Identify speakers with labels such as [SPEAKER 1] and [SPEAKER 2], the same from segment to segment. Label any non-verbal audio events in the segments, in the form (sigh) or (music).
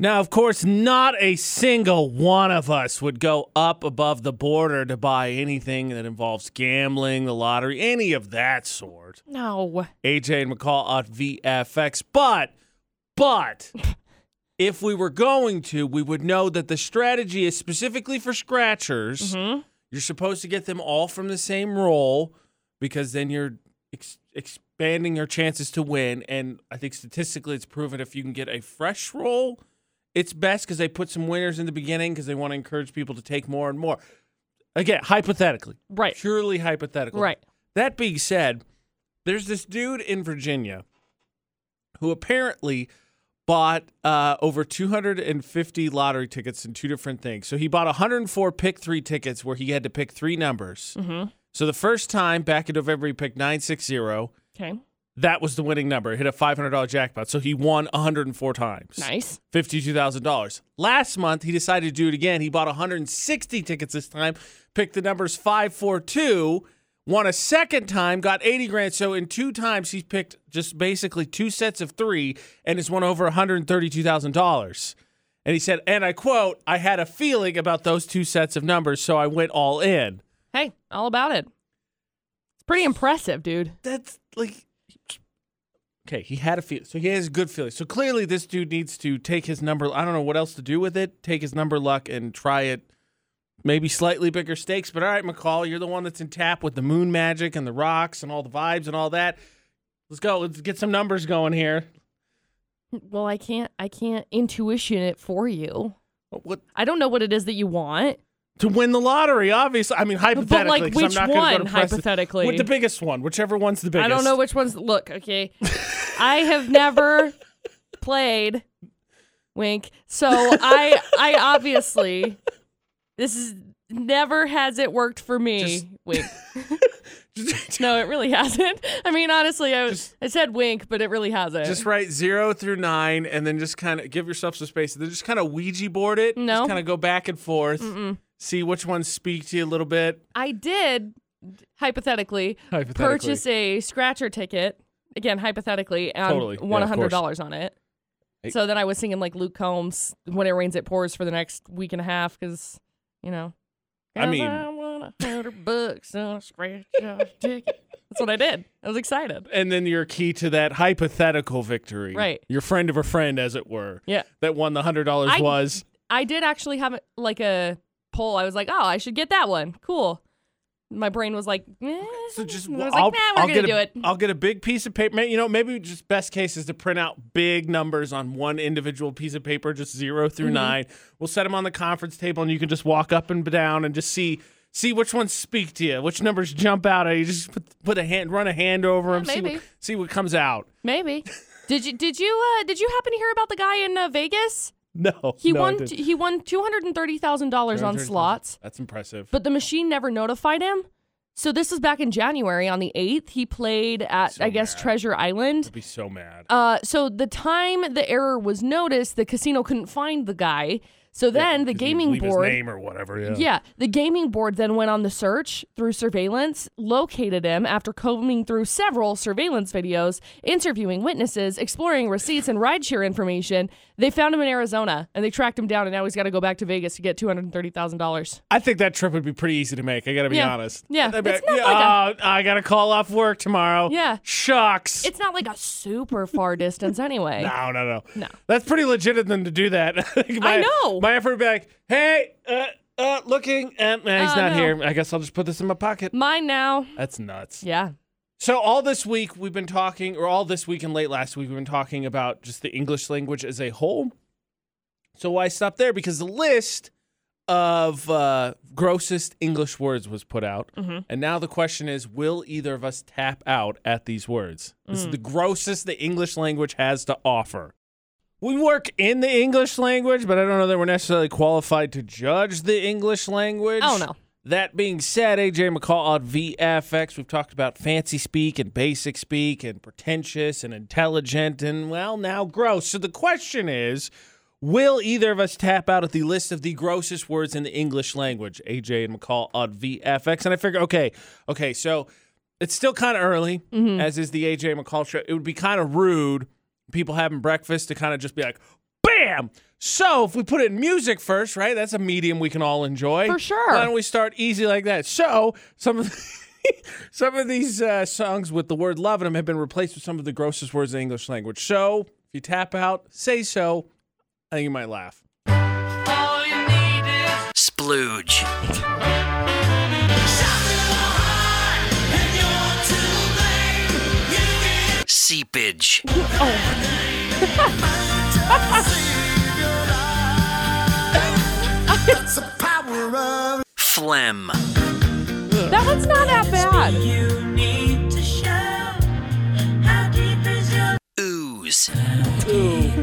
[SPEAKER 1] Now, of course, not a single one of us would go up above the border to buy anything that involves gambling, the lottery, any of that sort.
[SPEAKER 2] No.
[SPEAKER 1] AJ and McCall at VFX. But, but, if we were going to, we would know that the strategy is specifically for scratchers.
[SPEAKER 2] Mhm.
[SPEAKER 1] You're supposed to get them all from the same roll because then you're ex- expanding your chances to win. And I think statistically, it's proven if you can get a fresh roll, it's best because they put some winners in the beginning because they want to encourage people to take more and more. Again, hypothetically,
[SPEAKER 2] Right.
[SPEAKER 1] purely hypothetical.
[SPEAKER 2] Right.
[SPEAKER 1] That being said, there's this dude in Virginia who apparently bought uh, over 250 lottery tickets in two different things. So he bought 104 pick three tickets where he had to pick three numbers.
[SPEAKER 2] Mm-hmm.
[SPEAKER 1] So the first time back in November, he picked 960.
[SPEAKER 2] Okay.
[SPEAKER 1] That was the winning number. It hit a $500 jackpot. So he won 104 times.
[SPEAKER 2] Nice.
[SPEAKER 1] $52,000. Last month, he decided to do it again. He bought 160 tickets this time, picked the numbers 542, won a second time, got 80 grand. So in two times, he's picked just basically two sets of three and has won over $132,000. And he said, and I quote, I had a feeling about those two sets of numbers, so I went all in.
[SPEAKER 2] Hey, all about it. It's pretty impressive, dude.
[SPEAKER 1] That's like. Okay, he had a feel, so he has a good feeling. So clearly, this dude needs to take his number. I don't know what else to do with it. Take his number luck and try it. Maybe slightly bigger stakes, but all right, McCall, you're the one that's in tap with the moon magic and the rocks and all the vibes and all that. Let's go. Let's get some numbers going here.
[SPEAKER 2] Well, I can't I can't intuition it for you.
[SPEAKER 1] What, what
[SPEAKER 2] I don't know what it is that you want.
[SPEAKER 1] to win the lottery? Obviously, I mean hypothetically.
[SPEAKER 2] But like
[SPEAKER 1] 'cause
[SPEAKER 2] which
[SPEAKER 1] I'm not gonna
[SPEAKER 2] one
[SPEAKER 1] go to press it.
[SPEAKER 2] hypothetically?
[SPEAKER 1] With the biggest one, whichever one's the biggest.
[SPEAKER 2] I don't know which one's
[SPEAKER 1] (laughs)
[SPEAKER 2] look, okay. I have never played Wink. So I I obviously this is never has it worked for me.
[SPEAKER 1] Just-
[SPEAKER 2] wink.
[SPEAKER 1] (laughs)
[SPEAKER 2] No, it really hasn't. (laughs) I mean, honestly, I was I said wink, but it really hasn't.
[SPEAKER 1] Just write zero through nine, and then just kind of give yourself some space. Then just kind of Ouija board it.
[SPEAKER 2] No.
[SPEAKER 1] Just kind of go back and forth.
[SPEAKER 2] Mm-mm.
[SPEAKER 1] See which ones speak to you a little bit.
[SPEAKER 2] I did hypothetically,
[SPEAKER 1] Hypothetically.
[SPEAKER 2] purchase a scratcher ticket again hypothetically and
[SPEAKER 1] Totally. Yeah, of
[SPEAKER 2] one hundred dollars on it.
[SPEAKER 1] Hey.
[SPEAKER 2] So then I was singing like Luke Combs "When It Rains It Pours" for the next week and a half because you know.
[SPEAKER 1] I mean-
[SPEAKER 2] 'Cause I want a hundred bucks on
[SPEAKER 1] (laughs)
[SPEAKER 2] a scratcher ticket. That's what I did. I was excited.
[SPEAKER 1] And then your key to that hypothetical victory.
[SPEAKER 2] Right.
[SPEAKER 1] Your friend of a friend, as it were,
[SPEAKER 2] Yeah.
[SPEAKER 1] that won the $100
[SPEAKER 2] I-
[SPEAKER 1] was.
[SPEAKER 2] I did actually have like a poll. I was like, oh, I should get that one. Cool. My brain was like, eh.
[SPEAKER 1] So just
[SPEAKER 2] I was
[SPEAKER 1] I'll,
[SPEAKER 2] like, nah, we're
[SPEAKER 1] I'll
[SPEAKER 2] gonna
[SPEAKER 1] get a,
[SPEAKER 2] do it.
[SPEAKER 1] I'll get a big piece of paper. You know, maybe just best case is to print out big numbers on one individual piece of paper, just zero
[SPEAKER 2] Mm-hmm.
[SPEAKER 1] through nine. We'll set them on the conference table, and you can just walk up and down and just see see which ones speak to you, which numbers jump out at you. Just put, put a hand, run a hand over them, see
[SPEAKER 2] maybe.
[SPEAKER 1] what, see what comes out. (laughs)
[SPEAKER 2] Maybe. did you did you uh, did you happen to hear about the guy in uh, Vegas?
[SPEAKER 1] No,
[SPEAKER 2] He
[SPEAKER 1] no, I
[SPEAKER 2] won
[SPEAKER 1] didn't.
[SPEAKER 2] he won two hundred and thirty thousand dollars on slots,
[SPEAKER 1] That's impressive.
[SPEAKER 2] but the machine never notified him. So this was back in January on the eighth. He played at
[SPEAKER 1] So
[SPEAKER 2] I guess
[SPEAKER 1] mad.
[SPEAKER 2] Treasure Island.
[SPEAKER 1] I'd be so mad.
[SPEAKER 2] Uh, so the time the error was noticed, the casino couldn't find the guy. So then the
[SPEAKER 1] 'Cause he'd
[SPEAKER 2] gaming
[SPEAKER 1] leave his
[SPEAKER 2] board
[SPEAKER 1] name or whatever. Yeah.
[SPEAKER 2] yeah, the gaming board then went on the search through surveillance, located him after combing through several surveillance videos, interviewing witnesses, exploring receipts and rideshare information. They found him in Arizona and they tracked him down, and now he's got to go back to Vegas to get two hundred thirty thousand dollars.
[SPEAKER 1] I think that trip would be pretty easy to make. I gotta be
[SPEAKER 2] Yeah.
[SPEAKER 1] honest.
[SPEAKER 2] Yeah.
[SPEAKER 1] I'd be
[SPEAKER 2] It's
[SPEAKER 1] like,
[SPEAKER 2] not like
[SPEAKER 1] "Oh, I gotta call off work tomorrow.
[SPEAKER 2] Yeah.
[SPEAKER 1] Shucks.
[SPEAKER 2] It's not like a super far distance (laughs) anyway.
[SPEAKER 1] no, no, no.
[SPEAKER 2] No.
[SPEAKER 1] That's pretty legit of them to do that. (laughs) my,
[SPEAKER 2] know.
[SPEAKER 1] My effort would be like, hey, uh, uh, looking, and nah, he's
[SPEAKER 2] Uh,
[SPEAKER 1] not
[SPEAKER 2] no. Mm.
[SPEAKER 1] here. I guess I'll just put this in my pocket.
[SPEAKER 2] Mine now.
[SPEAKER 1] That's nuts.
[SPEAKER 2] Yeah.
[SPEAKER 1] So all this week we've been talking, or all this week and late last week we've been talking about just the English language as a whole. So why stop there? Because the list of uh, grossest English words was put out,
[SPEAKER 2] Mhm.
[SPEAKER 1] and now the question is: Will either of us tap out at these words? This
[SPEAKER 2] Mm.
[SPEAKER 1] is the grossest the English language has to offer. We work in the English language, but I don't know that we're necessarily qualified to judge the English language.
[SPEAKER 2] Oh, no.
[SPEAKER 1] That being said, AJ McCall on VFX, we've talked about fancy speak and basic speak and pretentious and intelligent and, well, now gross. So the question is will either of us tap out at the list of the grossest words in the English language? AJ and McCall on VFX. And I figure, okay, okay, so it's still kind of early,
[SPEAKER 2] Mm-hmm.
[SPEAKER 1] as is the AJ McCall show. It would be kind of rude people having breakfast to kind of just be like, Bam! So if we put it in music first, right? That's a medium we can all enjoy.
[SPEAKER 2] For sure.
[SPEAKER 1] Why don't we start easy like that? So some of (laughs) some of these uh, songs with the word love in them have been replaced with some of the grossest words in the English language. So if you tap out, say so. I think you might laugh.
[SPEAKER 3] Splooge. Seepage. Phlegm.
[SPEAKER 2] That one's not that bad.
[SPEAKER 3] Ooze.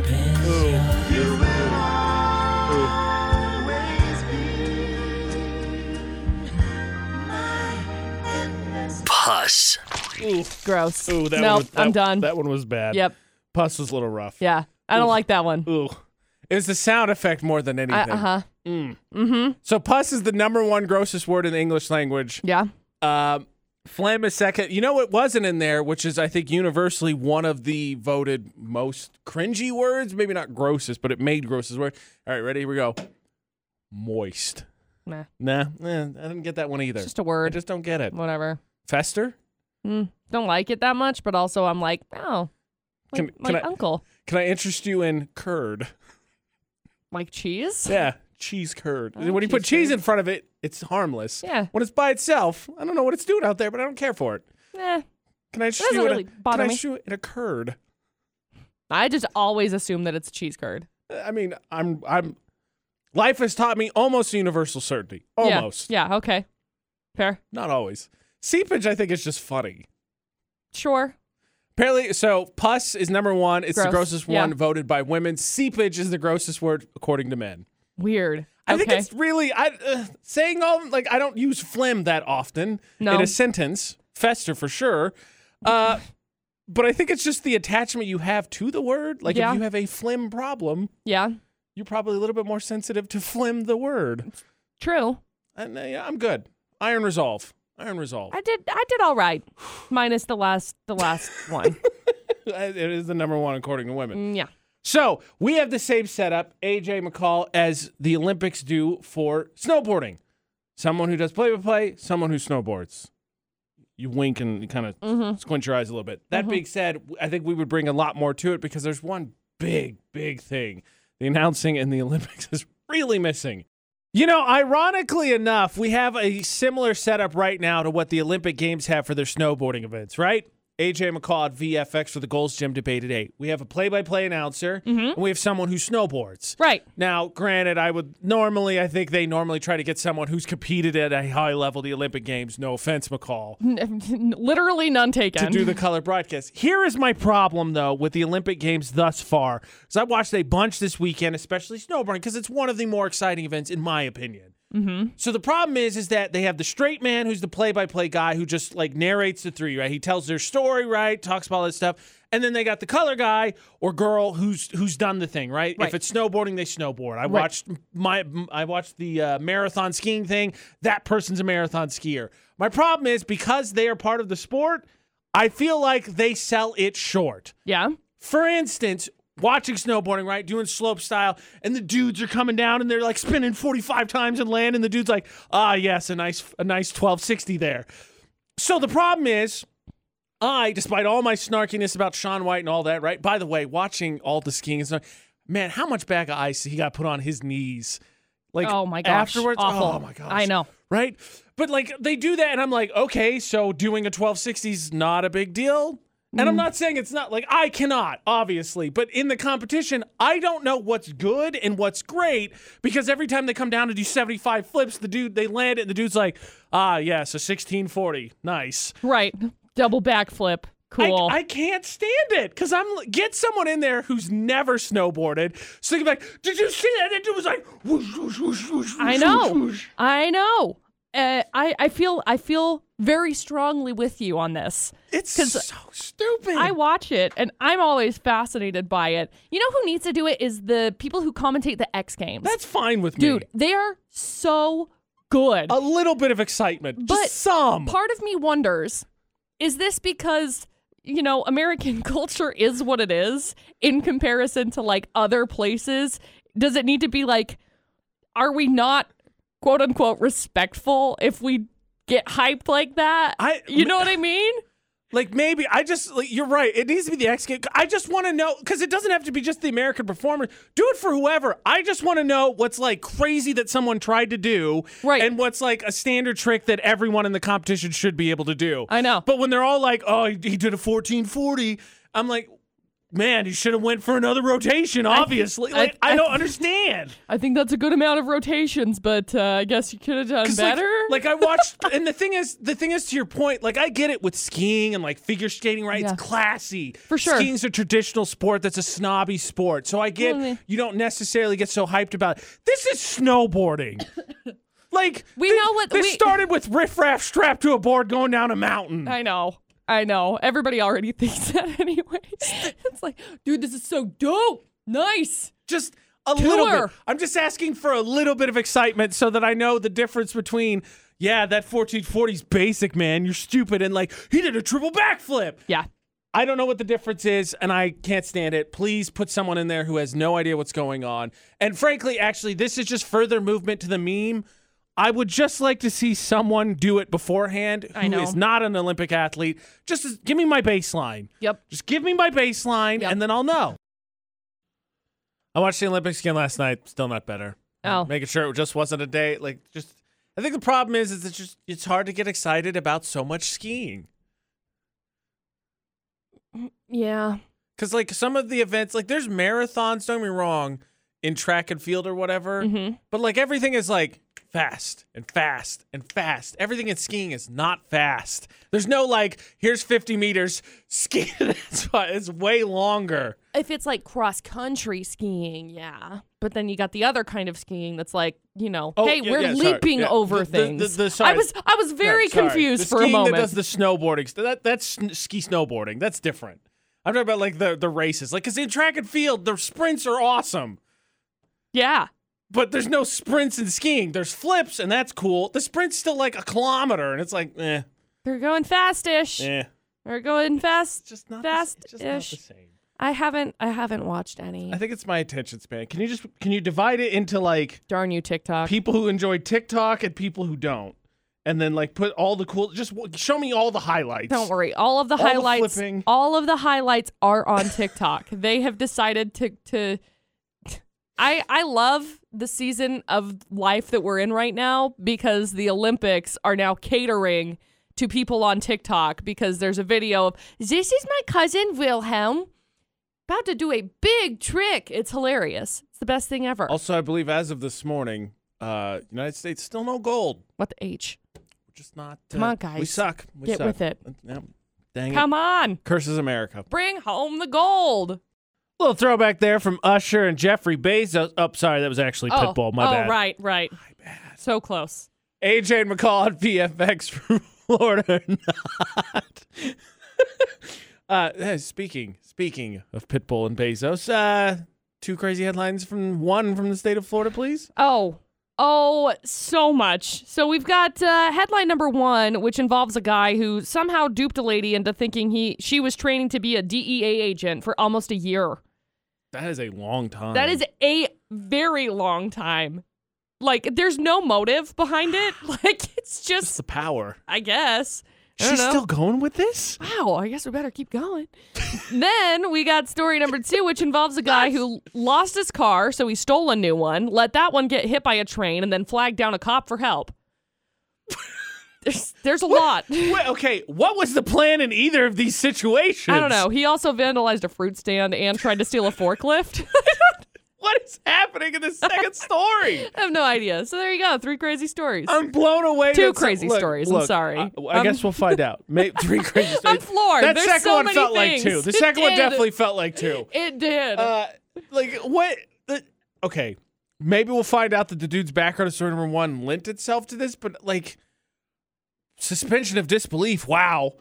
[SPEAKER 3] Pus.
[SPEAKER 1] Ooh,
[SPEAKER 2] Gross.
[SPEAKER 1] ooh, that
[SPEAKER 2] nope,
[SPEAKER 1] one. was- that-
[SPEAKER 2] I'm done.
[SPEAKER 1] That one was bad.
[SPEAKER 2] yep.
[SPEAKER 1] Puss was a little rough.
[SPEAKER 2] Yeah. I don't like that one.
[SPEAKER 1] Ooh. It was the sound effect more than anything.
[SPEAKER 2] Uh huh.
[SPEAKER 1] So pus is the number one grossest word in the English language.
[SPEAKER 2] Yeah.
[SPEAKER 1] Um, phlegm is second. You know what wasn't in there, which is I think universally one of the voted most cringy words. Maybe not grossest, but it made grossest word. All right, ready? Here we go. Moist.
[SPEAKER 2] Nah.
[SPEAKER 1] Nah, eh, I didn't get that one either.
[SPEAKER 2] Just a
[SPEAKER 1] I
[SPEAKER 2] word.
[SPEAKER 1] just don't get it.
[SPEAKER 2] Whatever.
[SPEAKER 1] Fester?
[SPEAKER 2] Mm, don't like it that much, but also I'm like, oh,
[SPEAKER 1] Can-
[SPEAKER 2] like,
[SPEAKER 1] can
[SPEAKER 2] like
[SPEAKER 1] I-
[SPEAKER 2] uncle,
[SPEAKER 1] Can I interest you in curd?
[SPEAKER 2] like cheese.
[SPEAKER 1] Yeah, cheese curd.
[SPEAKER 2] Oh,
[SPEAKER 1] when you put
[SPEAKER 2] cheese
[SPEAKER 1] cheese in front of it, it's harmless.
[SPEAKER 2] Yeah.
[SPEAKER 1] When it's by itself, I don't know what it's doing out there, but I don't care for it.
[SPEAKER 2] Eh,
[SPEAKER 1] Can I interest
[SPEAKER 2] doesn't
[SPEAKER 1] you in a-
[SPEAKER 2] really
[SPEAKER 1] can
[SPEAKER 2] bother
[SPEAKER 1] I
[SPEAKER 2] me.
[SPEAKER 1] interest you in a curd?
[SPEAKER 2] I just always assume that it's cheese curd.
[SPEAKER 1] I mean, I'm I'm life has taught me almost universal certainty.
[SPEAKER 2] Yeah.
[SPEAKER 1] Almost.
[SPEAKER 2] Yeah. Okay. Fair.
[SPEAKER 1] Not always. Seepage I think is just funny.
[SPEAKER 2] Sure.
[SPEAKER 1] Apparently, so pus is number one. It's the
[SPEAKER 2] Gross.
[SPEAKER 1] grossest one
[SPEAKER 2] Yeah.
[SPEAKER 1] voted by women. Seepage is the grossest word according to men.
[SPEAKER 2] Weird.
[SPEAKER 1] I
[SPEAKER 2] okay.
[SPEAKER 1] think it's really I uh, saying all like I don't use phlegm that often
[SPEAKER 2] No.
[SPEAKER 1] in a sentence. Fester for sure. Uh, but I think it's just the attachment you have to the word. Like
[SPEAKER 2] Yeah.
[SPEAKER 1] if you have a phlegm problem,
[SPEAKER 2] yeah.
[SPEAKER 1] you're probably a little bit more sensitive to phlegm the word.
[SPEAKER 2] True.
[SPEAKER 1] And uh, yeah, I'm good. Iron resolve. Iron resolve.
[SPEAKER 2] I did. I did all right, minus the last. The last one.
[SPEAKER 1] (laughs) it is the number one according to women.
[SPEAKER 2] Mm, yeah.
[SPEAKER 1] So we have the same setup, AJ McCall, as the Olympics do for snowboarding. Someone who does play by play, someone who snowboards. You wink and kind of
[SPEAKER 2] Mhm.
[SPEAKER 1] squint your eyes a little bit. That being said, I think we would bring a lot more to it because there's one big, big thing the announcing in the (laughs) Olympics is really missing. You know, ironically enough, we have a similar setup right now to what the Olympic Games have for their snowboarding events, right? AJ McCall at VFX for the Goals Gym debate at 8. We have a play by play announcer, and we have someone who snowboards.
[SPEAKER 2] Right. (laughs)
[SPEAKER 1] Now, granted, I would normally, I think they normally try to get someone who's competed at a high level, the Olympic Games. No offense, McCall
[SPEAKER 2] Literally none taken.
[SPEAKER 1] to do the color broadcast. Here is my problem though with the Olympic Games thus far. So I watched a bunch this weekend, especially snowboarding, because it's one of the more exciting events in my opinion. Mm-hmm. So the problem is, is that they have the straight man who's the play-by-play guy who just like narrates the three, right? He tells their story, right? Talks about all this stuff, and then they got the color guy or girl who's who's done the thing, right?
[SPEAKER 2] Right.
[SPEAKER 1] If it's snowboarding, they snowboard. I watched my I watched the uh, marathon skiing thing. That person's a marathon skier. My problem is because they are part of the sport. I feel like they sell it short.
[SPEAKER 2] yeah.
[SPEAKER 1] For instance, watching snowboarding, right? Doing slope style, and the dudes are coming down and they're like spinning 45 times and land, and the dude's like, ah, yes, a nice, a nice 1260 there. So the problem is, I, despite all my snarkiness about Sean White and all that, right? By the way, watching all the skiing and stuff, man, how much bag of ice he got put on his knees. Like
[SPEAKER 2] Oh my gosh.
[SPEAKER 1] afterwards.
[SPEAKER 2] Awful.
[SPEAKER 1] Oh my gosh.
[SPEAKER 2] I know.
[SPEAKER 1] Right? But like they do that and I'm like, okay, so doing a 1260 is not a big deal. And
[SPEAKER 2] Mm.
[SPEAKER 1] I'm not saying it's not like I cannot, obviously, but in the competition, I don't know what's good and what's great because every time they come down to do 75 flips, the dude they land it and the dude's like, ah, yes, a 1640. Nice.
[SPEAKER 2] Right. Double backflip.
[SPEAKER 1] I,
[SPEAKER 2] Cool.
[SPEAKER 1] I can't stand it because I'm get someone in there who's never snowboarded. So they can be like, did you see that? That dude was like, whoosh, whoosh, whoosh, whoosh, (laughs)
[SPEAKER 2] I
[SPEAKER 1] whoosh,
[SPEAKER 2] know.
[SPEAKER 1] whoosh, whoosh."
[SPEAKER 2] I know. Uh, I I feel I feel very strongly with you on this.
[SPEAKER 1] It's
[SPEAKER 2] 'Cause
[SPEAKER 1] so stupid.
[SPEAKER 2] I watch it and I'm always fascinated by it. You know who needs to do it is the people who commentate the X Games.
[SPEAKER 1] That's fine with me. Oh.
[SPEAKER 2] Dude, they are so good.
[SPEAKER 1] a little bit of excitement,
[SPEAKER 2] But
[SPEAKER 1] just some.
[SPEAKER 2] Part of me wonders is this because you know, American (laughs) culture is what it is in comparison to like other places. Does it need to be like, are we not quote unquote respectful if we get hyped like that?
[SPEAKER 1] I-
[SPEAKER 2] you know what I mean?
[SPEAKER 1] Like maybe I just like, you're right. It needs to be the X game. I just want to know because it doesn't have to be just the American performer. Do it for whoever. I just want to know what's like crazy that someone tried to do,
[SPEAKER 2] Right.
[SPEAKER 1] And what's like a standard trick that everyone in the competition should be able to do.
[SPEAKER 2] I know.
[SPEAKER 1] But when they're all like, "Oh, he, he did a 1440," I'm like, "Man, he should have went for another rotation." Obviously,
[SPEAKER 2] I-
[SPEAKER 1] like I,
[SPEAKER 2] I-
[SPEAKER 1] don't understand.
[SPEAKER 2] (laughs) I think that's a good amount of rotations, but uh, I guess you could have done
[SPEAKER 1] 'Cause,
[SPEAKER 2] better.
[SPEAKER 1] Like, like I watched, and the thing is, the thing is, to your point, like I get it with skiing and like figure skating, right?
[SPEAKER 2] Yeah.
[SPEAKER 1] It's classy
[SPEAKER 2] For sure.
[SPEAKER 1] Skiing's a traditional sport that's a snobby sport, so I get
[SPEAKER 2] Mm.
[SPEAKER 1] you don't necessarily get so hyped about. It. This is
[SPEAKER 2] (laughs)
[SPEAKER 1] snowboarding. like
[SPEAKER 2] We
[SPEAKER 1] thi-
[SPEAKER 2] know what-
[SPEAKER 1] this
[SPEAKER 2] we-
[SPEAKER 1] started with riffraff strapped to a board going down a mountain.
[SPEAKER 2] I know. I know. Everybody already (laughs) thinks that anyway. it's like, dude, this is so dope. Nice.
[SPEAKER 1] just a little
[SPEAKER 2] Tour.
[SPEAKER 1] bit. I'm just asking for a little bit of excitement so that I know the difference between yeah, that 1440's basic, man. You're stupid and like he did a triple backflip.
[SPEAKER 2] Yeah.
[SPEAKER 1] I don't know what the difference is, and I can't stand it. Please put someone in there who has no idea what's going on. And frankly, actually, this is just further movement to the meme. I would just like to see someone do it beforehand who
[SPEAKER 2] I know.
[SPEAKER 1] is not an Olympic athlete. Just as- give me my baseline.
[SPEAKER 2] Yep.
[SPEAKER 1] Just give me my baseline,
[SPEAKER 2] Yep.
[SPEAKER 1] and then I'll know. I watched the Olympics again last night. Still not better.
[SPEAKER 2] Oh.
[SPEAKER 1] making sure it just wasn't a day like just. I think the problem is, is it's just it's hard to get excited about so much skiing.
[SPEAKER 2] Yeah.
[SPEAKER 1] Because like some of the events, like there's marathons. Don't get me wrong, in track and field or whatever.
[SPEAKER 2] Mhm.
[SPEAKER 1] But like everything is like fast and fast and fast. Everything in skiing is not fast. There's no like here's 50 meters ski. (laughs) That's why it's way longer.
[SPEAKER 2] If it's like cross country skiing, yeah. But then you got the other kind of skiing that's like, you know,
[SPEAKER 1] Oh,
[SPEAKER 2] hey,
[SPEAKER 1] yeah,
[SPEAKER 2] we're
[SPEAKER 1] yeah, sorry.
[SPEAKER 2] leaping
[SPEAKER 1] Yeah.
[SPEAKER 2] over
[SPEAKER 1] The- the-
[SPEAKER 2] things.
[SPEAKER 1] the- the- sorry.
[SPEAKER 2] I was I was very
[SPEAKER 1] Right, sorry.
[SPEAKER 2] confused
[SPEAKER 1] The
[SPEAKER 2] for a
[SPEAKER 1] skiing
[SPEAKER 2] moment.
[SPEAKER 1] That does the snowboarding. st- That that's sn- ski snowboarding. That's different. I'm talking about like the the races. Like because in track and field, the sprints are awesome.
[SPEAKER 2] yeah.
[SPEAKER 1] But there's no sprints in skiing. There's flips, and that's cool. The sprint's still like a kilometer, and it's like, eh,
[SPEAKER 2] They're going fastish.
[SPEAKER 1] eh.
[SPEAKER 2] They're going fast.
[SPEAKER 1] just not
[SPEAKER 2] the s- it's just not the
[SPEAKER 1] the
[SPEAKER 2] Fast-ish.
[SPEAKER 1] same.
[SPEAKER 2] I haven't I haven't watched any.
[SPEAKER 1] I think it's my attention span. Can you just can you divide it into like
[SPEAKER 2] Darn you, TikTok.
[SPEAKER 1] people who enjoy TikTok and people who don't, and then like put all the cool. Just w- show me all the highlights.
[SPEAKER 2] Don't worry. All of the
[SPEAKER 1] All the
[SPEAKER 2] highlights,
[SPEAKER 1] flipping.
[SPEAKER 2] all of the highlights are on TikTok. (laughs) they have decided to to. I I love the season of life that we're in right now because the Olympics are now catering to people on TikTok because there's a video of this is my cousin Wilhelm about to do a big trick. It's hilarious. It's the best thing ever.
[SPEAKER 1] Also, I believe as of this morning, uh, United States still no gold.
[SPEAKER 2] what the H?
[SPEAKER 1] We're just not.
[SPEAKER 2] Come
[SPEAKER 1] uh,
[SPEAKER 2] on,
[SPEAKER 1] We
[SPEAKER 2] guys.
[SPEAKER 1] suck. We
[SPEAKER 2] Get
[SPEAKER 1] suck.
[SPEAKER 2] with it.
[SPEAKER 1] Uh, Yep. Dang it.
[SPEAKER 2] Come on.
[SPEAKER 1] Curses America.
[SPEAKER 2] Bring home the gold.
[SPEAKER 1] Little throwback there from Usher and Jeffrey Bezos. Oh, sorry, that was actually
[SPEAKER 2] oh,
[SPEAKER 1] Pitbull. My
[SPEAKER 2] oh,
[SPEAKER 1] bad.
[SPEAKER 2] right, right. My bad. So close.
[SPEAKER 1] AJ and McCall on (laughs) VFX from Florida or not. (laughs) uh, hey, speaking speaking of Pitbull and Bezos, uh, two crazy headlines from one from the state of Florida, please.
[SPEAKER 2] Oh, oh, so much. So we've got uh, headline number one, which involves a guy who somehow duped a lady into thinking he she was training to be a DEA agent for almost a year.
[SPEAKER 1] That is a long time.
[SPEAKER 2] That is a very long time. Like, there's no motive behind it. (laughs) Like, it's
[SPEAKER 1] It's
[SPEAKER 2] just,
[SPEAKER 1] the power.
[SPEAKER 2] I guess. I don't
[SPEAKER 1] She's
[SPEAKER 2] know.
[SPEAKER 1] still going with this.
[SPEAKER 2] wow, I guess we better keep going. then we got story number two, which involves a guy who lost his car, so he stole a new one, let that one get hit by a train, and then flagged down a cop for help. There's, there's a lot.
[SPEAKER 1] Wait, okay, what was the plan in either of these situations?
[SPEAKER 2] I don't know. He also vandalized a fruit stand and tried to steal a forklift. (laughs)
[SPEAKER 1] What is happening in the second story?
[SPEAKER 2] I have no idea. So there you go. Three crazy stories.
[SPEAKER 1] I'm blown away.
[SPEAKER 2] Two
[SPEAKER 1] that some-
[SPEAKER 2] crazy
[SPEAKER 1] look,
[SPEAKER 2] stories, I'm
[SPEAKER 1] look,
[SPEAKER 2] sorry.
[SPEAKER 1] I, I guess
[SPEAKER 2] Um,
[SPEAKER 1] we'll find out. Maybe three crazy stories.
[SPEAKER 2] (laughs) I'm floored.
[SPEAKER 1] That
[SPEAKER 2] There's
[SPEAKER 1] second
[SPEAKER 2] so
[SPEAKER 1] one
[SPEAKER 2] many
[SPEAKER 1] felt
[SPEAKER 2] things.
[SPEAKER 1] like two. The
[SPEAKER 2] It
[SPEAKER 1] second one
[SPEAKER 2] did.
[SPEAKER 1] definitely felt like two.
[SPEAKER 2] It did.
[SPEAKER 1] Uh, like what? The, okay, maybe we'll find out that the dude's background is story number one lent itself to this, but like suspension of disbelief. Wow.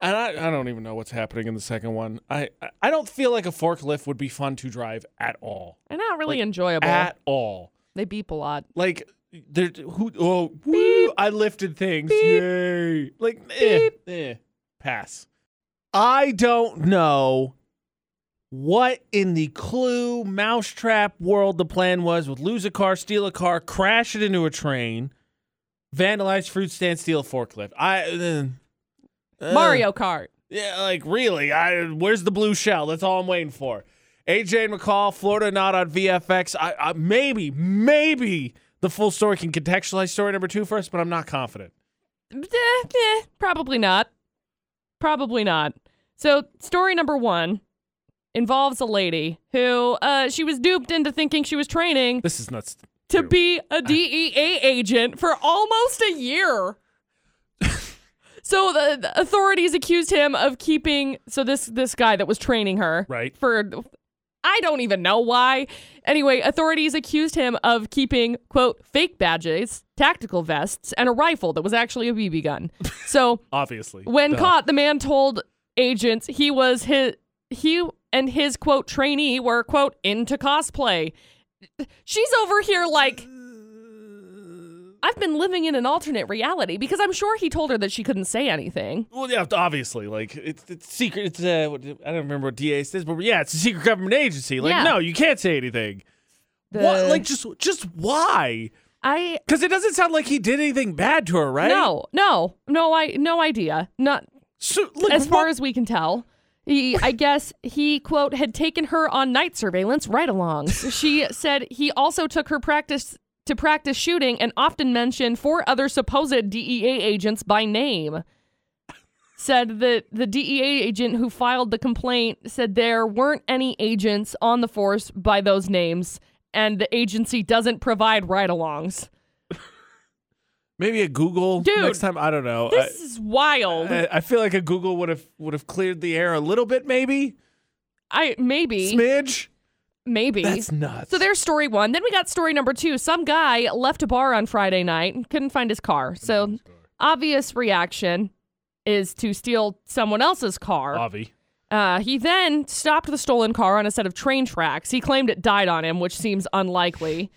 [SPEAKER 1] And I, I don't even know what's happening in the second one. I, I- I don't feel like a forklift would be fun to drive at all.
[SPEAKER 2] and not really
[SPEAKER 1] like,
[SPEAKER 2] enjoyable.
[SPEAKER 1] At all.
[SPEAKER 2] they beep a lot.
[SPEAKER 1] Like there who oh woo, I lifted things. Yay. Like eh, eh, pass. I don't know what in the clue mousetrap world the plan was with lose a car, steal a car, crash it into a train, vandalize fruit stand, steal a forklift. I eh, uh,
[SPEAKER 2] Mario Kart.
[SPEAKER 1] Yeah, like really. I where's the blue shell? That's all I'm waiting for. AJ and McCall, Florida not on VFX. I, I maybe, maybe the full story can contextualize story number two for us, but I'm not confident.
[SPEAKER 2] Eh, eh, probably not. Probably not. So, story number one involves a lady who uh, she was duped into thinking she was training
[SPEAKER 1] This is nuts.
[SPEAKER 2] to be a DEA agent for almost a year. so the, the authorities accused him of keeping so this this guy that was training her
[SPEAKER 1] Right.
[SPEAKER 2] for I don't even know why. Anyway, authorities accused him of keeping quote fake badges, tactical vests, and a rifle that was actually a BB gun. So
[SPEAKER 1] Obviously.
[SPEAKER 2] when
[SPEAKER 1] Duh.
[SPEAKER 2] caught, the man told agents he was his he and his quote trainee were quote into cosplay. She's over here like I've been living in an alternate reality because I'm sure he told her that she couldn't say anything.
[SPEAKER 1] Well, yeah, obviously, like it's, it's secret. It's uh, what- I don't remember what DA says, but yeah, it's a secret government agency. Like,
[SPEAKER 2] Yeah.
[SPEAKER 1] no, you can't say anything.
[SPEAKER 2] The-
[SPEAKER 1] What? Like, just, just why?
[SPEAKER 2] I
[SPEAKER 1] Because it doesn't sound like he did anything bad to her, right?
[SPEAKER 2] no no no I no idea not
[SPEAKER 1] So, like,
[SPEAKER 2] as far
[SPEAKER 1] what-
[SPEAKER 2] as we can tell. He, I guess he quote had taken her on night surveillance right along. She said he also took her practice to practice shooting and often mentioned four other supposed DEA agents by name. Said that the DEA agent who filed the complaint said there weren't any agents on the force by those names, and the agency doesn't provide ride alongs.
[SPEAKER 1] maybe a Google
[SPEAKER 2] Dude,
[SPEAKER 1] next time. I don't know. I-
[SPEAKER 2] This is wild.
[SPEAKER 1] I, I feel like a Google would have would have cleared the air a little bit, maybe
[SPEAKER 2] I maybe
[SPEAKER 1] smidge.
[SPEAKER 2] maybe
[SPEAKER 1] That's nuts.
[SPEAKER 2] So there's story one. Then we got story number two. Some guy left a bar on Friday night, and couldn't find his car. So obvious reaction is to steal someone else's car.
[SPEAKER 1] Avi.
[SPEAKER 2] Uh, he then stopped the stolen car on a set of train tracks. He claimed it died on him, which seems unlikely.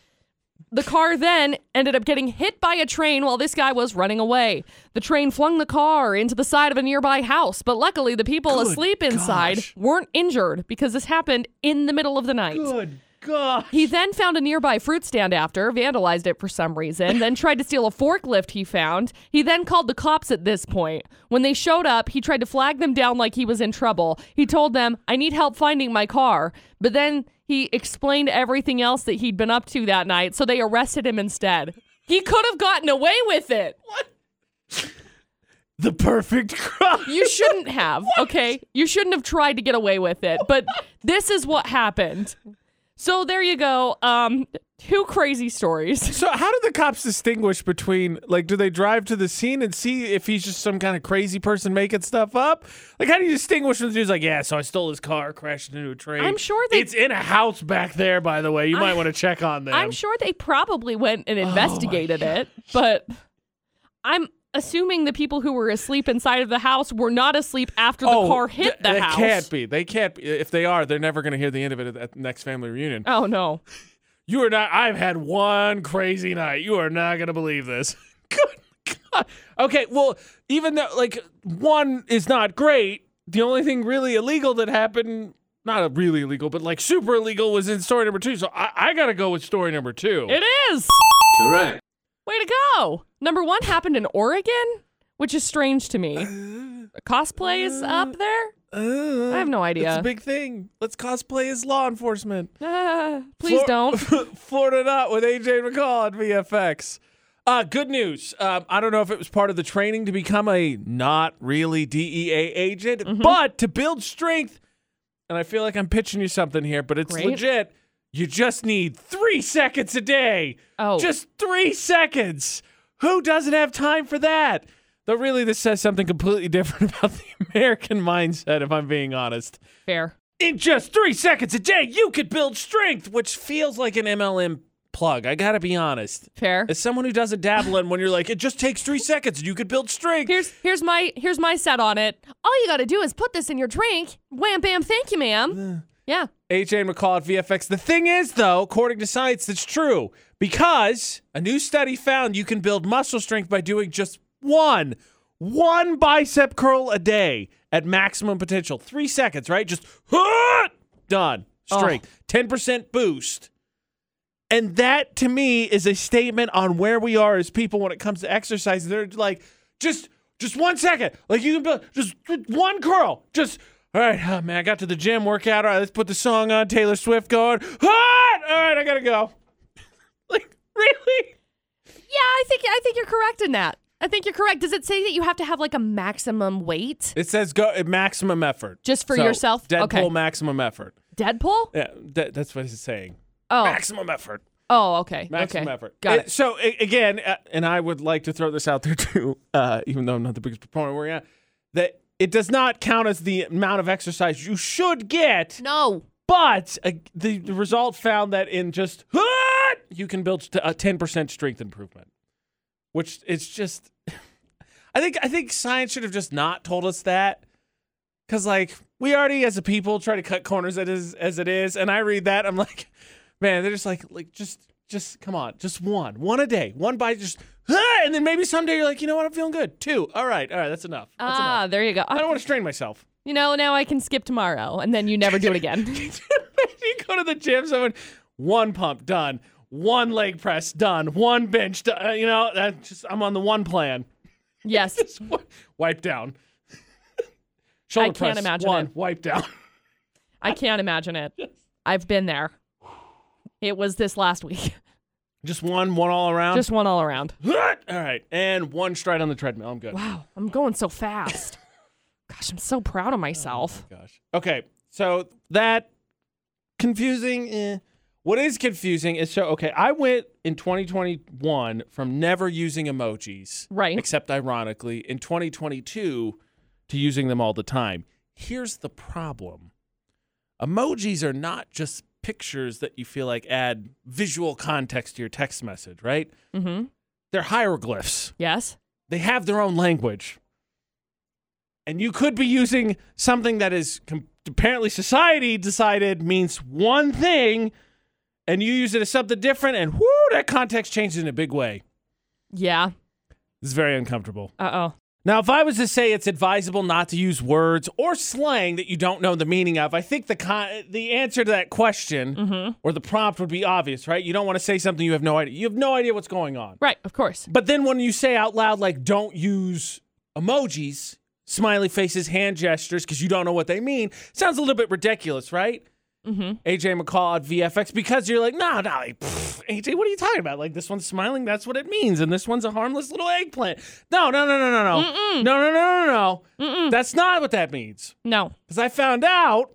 [SPEAKER 2] The car then ended up getting hit by a train while this guy was running away. The train flung the car into the side of a nearby house, but luckily the people
[SPEAKER 1] Good
[SPEAKER 2] asleep inside
[SPEAKER 1] gosh.
[SPEAKER 2] weren't injured because this happened in the middle of the night.
[SPEAKER 1] Good God.
[SPEAKER 2] He then found a nearby fruit stand after, vandalized it for some reason, then tried to steal a forklift he found. He then called the cops at this point. When they showed up, he tried to flag them down like he was in trouble. He told them, I need help finding my car. But then he explained everything else that he'd been up to that night, so they arrested him instead. He could have gotten away with it.
[SPEAKER 1] The perfect crime.
[SPEAKER 2] You shouldn't have, okay? You shouldn't have tried to get away with it. But this is what happened. So there you go. Um, two crazy stories.
[SPEAKER 1] So how do the cops distinguish between like do they drive to the scene and see if he's just some kind of crazy person making stuff up? Like how do you distinguish when the dude's like, Yeah, so I stole his car, crashed into a train.
[SPEAKER 2] I'm sure they-
[SPEAKER 1] It's in a house back there, by the way. You might want to check on them. Oh
[SPEAKER 2] I'm sure they probably went and investigated it, but I'm assuming the people who were asleep inside of the house were not asleep after the
[SPEAKER 1] oh,
[SPEAKER 2] car hit
[SPEAKER 1] th-
[SPEAKER 2] the
[SPEAKER 1] that
[SPEAKER 2] house.
[SPEAKER 1] can't be. They can't be. If they are, they're never going to hear the end of it at at the next family reunion.
[SPEAKER 2] Oh no.
[SPEAKER 1] You are not. I've had one crazy night. You are not gonna believe this. (laughs) Good God. Okay. Well, even though like one is not great, the only thing really illegal that happened. Not really illegal, but like super illegal was in story number two. So I, I gotta go with story number two.
[SPEAKER 2] It is.
[SPEAKER 4] Correct.
[SPEAKER 2] Way to go. Number 1 happened in Oregon, which is strange to me. Cosplay is up there?
[SPEAKER 1] Uh,
[SPEAKER 2] I have no
[SPEAKER 1] It's
[SPEAKER 2] idea.
[SPEAKER 1] a big thing. Let's cosplay as law enforcement.
[SPEAKER 2] Ah, please
[SPEAKER 1] Flor-
[SPEAKER 2] don't.
[SPEAKER 1] (laughs) Florida Not with AJ McCall on VFX. Uh, good news. Um, I don't know if it was part of the training to become a not really DEA agent,
[SPEAKER 2] Mm-hmm.
[SPEAKER 1] but to build strength, and I feel like I'm pitching you something here, but it's
[SPEAKER 2] Great.
[SPEAKER 1] legit. You just need three seconds a day.
[SPEAKER 2] Oh.
[SPEAKER 1] Just three seconds. Who doesn't have time for that? Though, really, this says something completely (laughs) different about the American mindset, if I'm being honest.
[SPEAKER 2] Fair.
[SPEAKER 1] In just three seconds a day, you could build strength, which feels like an MLM plug. I gotta be honest.
[SPEAKER 2] Fair.
[SPEAKER 1] As someone who doesn't dabble in, when you're like, it just takes three seconds and you could build strength.
[SPEAKER 2] Here's here's my here's my set on it. All you got to do is put this in your drink. Wham bam, thank you, ma'am. Yeah.
[SPEAKER 1] AJ and McCall at VFX. The thing is, though, according to science, that's true because a new study found you can build muscle strength by doing just one, one bicep curl a day at maximum potential. Three seconds, right? Just (laughs) done. Strength. 10% boost. And that to me is a statement on where we are as people when it comes to exercise. They're like, just just one second. Like you can build just one curl. Just all right, oh man, I got to the gym workout. All right, let's put the song on. Taylor Swift going. Hot! All right, I gotta go. (laughs) like, really?
[SPEAKER 2] Yeah, I think I think you're correct in that. I think you're correct. Does it say that you have to have like a maximum weight?
[SPEAKER 1] It says go at maximum effort.
[SPEAKER 2] Just for
[SPEAKER 1] So,
[SPEAKER 2] yourself?
[SPEAKER 1] Deadpool
[SPEAKER 2] Okay.
[SPEAKER 1] maximum effort.
[SPEAKER 2] Deadpool?
[SPEAKER 1] Yeah, that, that's what it's saying.
[SPEAKER 2] Oh,
[SPEAKER 1] Maximum effort.
[SPEAKER 2] oh, okay,
[SPEAKER 1] Maximum
[SPEAKER 2] okay.
[SPEAKER 1] effort.
[SPEAKER 2] Got
[SPEAKER 1] And
[SPEAKER 2] it.
[SPEAKER 1] So a- again, uh, and I would like to throw this out there (laughs) too, uh, even though I'm not the biggest proponent, we're at that it does not count as the amount of exercise you should get.
[SPEAKER 2] No,
[SPEAKER 1] But uh, the, the result found that in just you can build st- a 10% strength improvement, which it's just. (laughs) I think I think science should have just not told us that, because like we already as a people try to cut corners as it is, as it is, and I read that I'm like, (laughs) man, they're just like like just just come on, just one, one a day, one by just, and then maybe someday you're like, you know what, I'm feeling good, two, all right, all right, that's enough, that's
[SPEAKER 2] ah,
[SPEAKER 1] enough.
[SPEAKER 2] there you go.
[SPEAKER 1] I don't want to strain myself.
[SPEAKER 2] You know, now I can skip tomorrow, and then you never do
[SPEAKER 1] (laughs)
[SPEAKER 2] it again.
[SPEAKER 1] you go to the gym, someone one pump done, one leg press done, one bench done. uh, You know, that just I'm on the one plan.
[SPEAKER 2] yes,
[SPEAKER 1] Just wi- wipe down. (laughs) Shoulder
[SPEAKER 2] can't
[SPEAKER 1] press,
[SPEAKER 2] imagine
[SPEAKER 1] one
[SPEAKER 2] it.
[SPEAKER 1] wipe down. (laughs)
[SPEAKER 2] I can't imagine it. I've been there. It was this last week.
[SPEAKER 1] Just one, one all around.
[SPEAKER 2] Just one all around.
[SPEAKER 1] (laughs) all right, and one stride on the treadmill. I'm good.
[SPEAKER 2] Wow, I'm going so fast. Gosh, I'm so proud of myself.
[SPEAKER 1] Gosh. Okay, so that confusing. eh. What is confusing is so okay. I went in 2021 from never using emojis,
[SPEAKER 2] Right.
[SPEAKER 1] Except ironically, in 2022 to using them all the time. Here's the problem: emojis are not just pictures that you feel like add visual context to your text message, right?
[SPEAKER 2] Mm-hmm.
[SPEAKER 1] They're hieroglyphs
[SPEAKER 2] Yes.
[SPEAKER 1] they have their own language. And you could be using something that is com- apparently society decided means one thing, and you use it as something different, and whoo, that context changes in a big way.
[SPEAKER 2] Yeah.
[SPEAKER 1] This is very uncomfortable.
[SPEAKER 2] Uh oh.
[SPEAKER 1] Now, if I was to say it's advisable not to use words or slang that you don't know the meaning of, I think the con- the answer to that question or the prompt would be obvious, right? You don't want to say something you have no idea. You have no idea what's going on.
[SPEAKER 2] Right. Of course.
[SPEAKER 1] But then when you say out loud, like, don't use emojis, smiley faces, hand gestures, because you don't know what they mean, sounds a little bit ridiculous, right?
[SPEAKER 2] Mm-hmm.
[SPEAKER 1] AJ McCall at VFX, because you're like, no, no, like, pfft, AJ, what are you talking about? Like, this one's smiling, that's what it means, and this one's a harmless little eggplant. No, no, no, no, no, no. No, no, no, no, no. That's not what that means.
[SPEAKER 2] No.
[SPEAKER 1] Because I found out.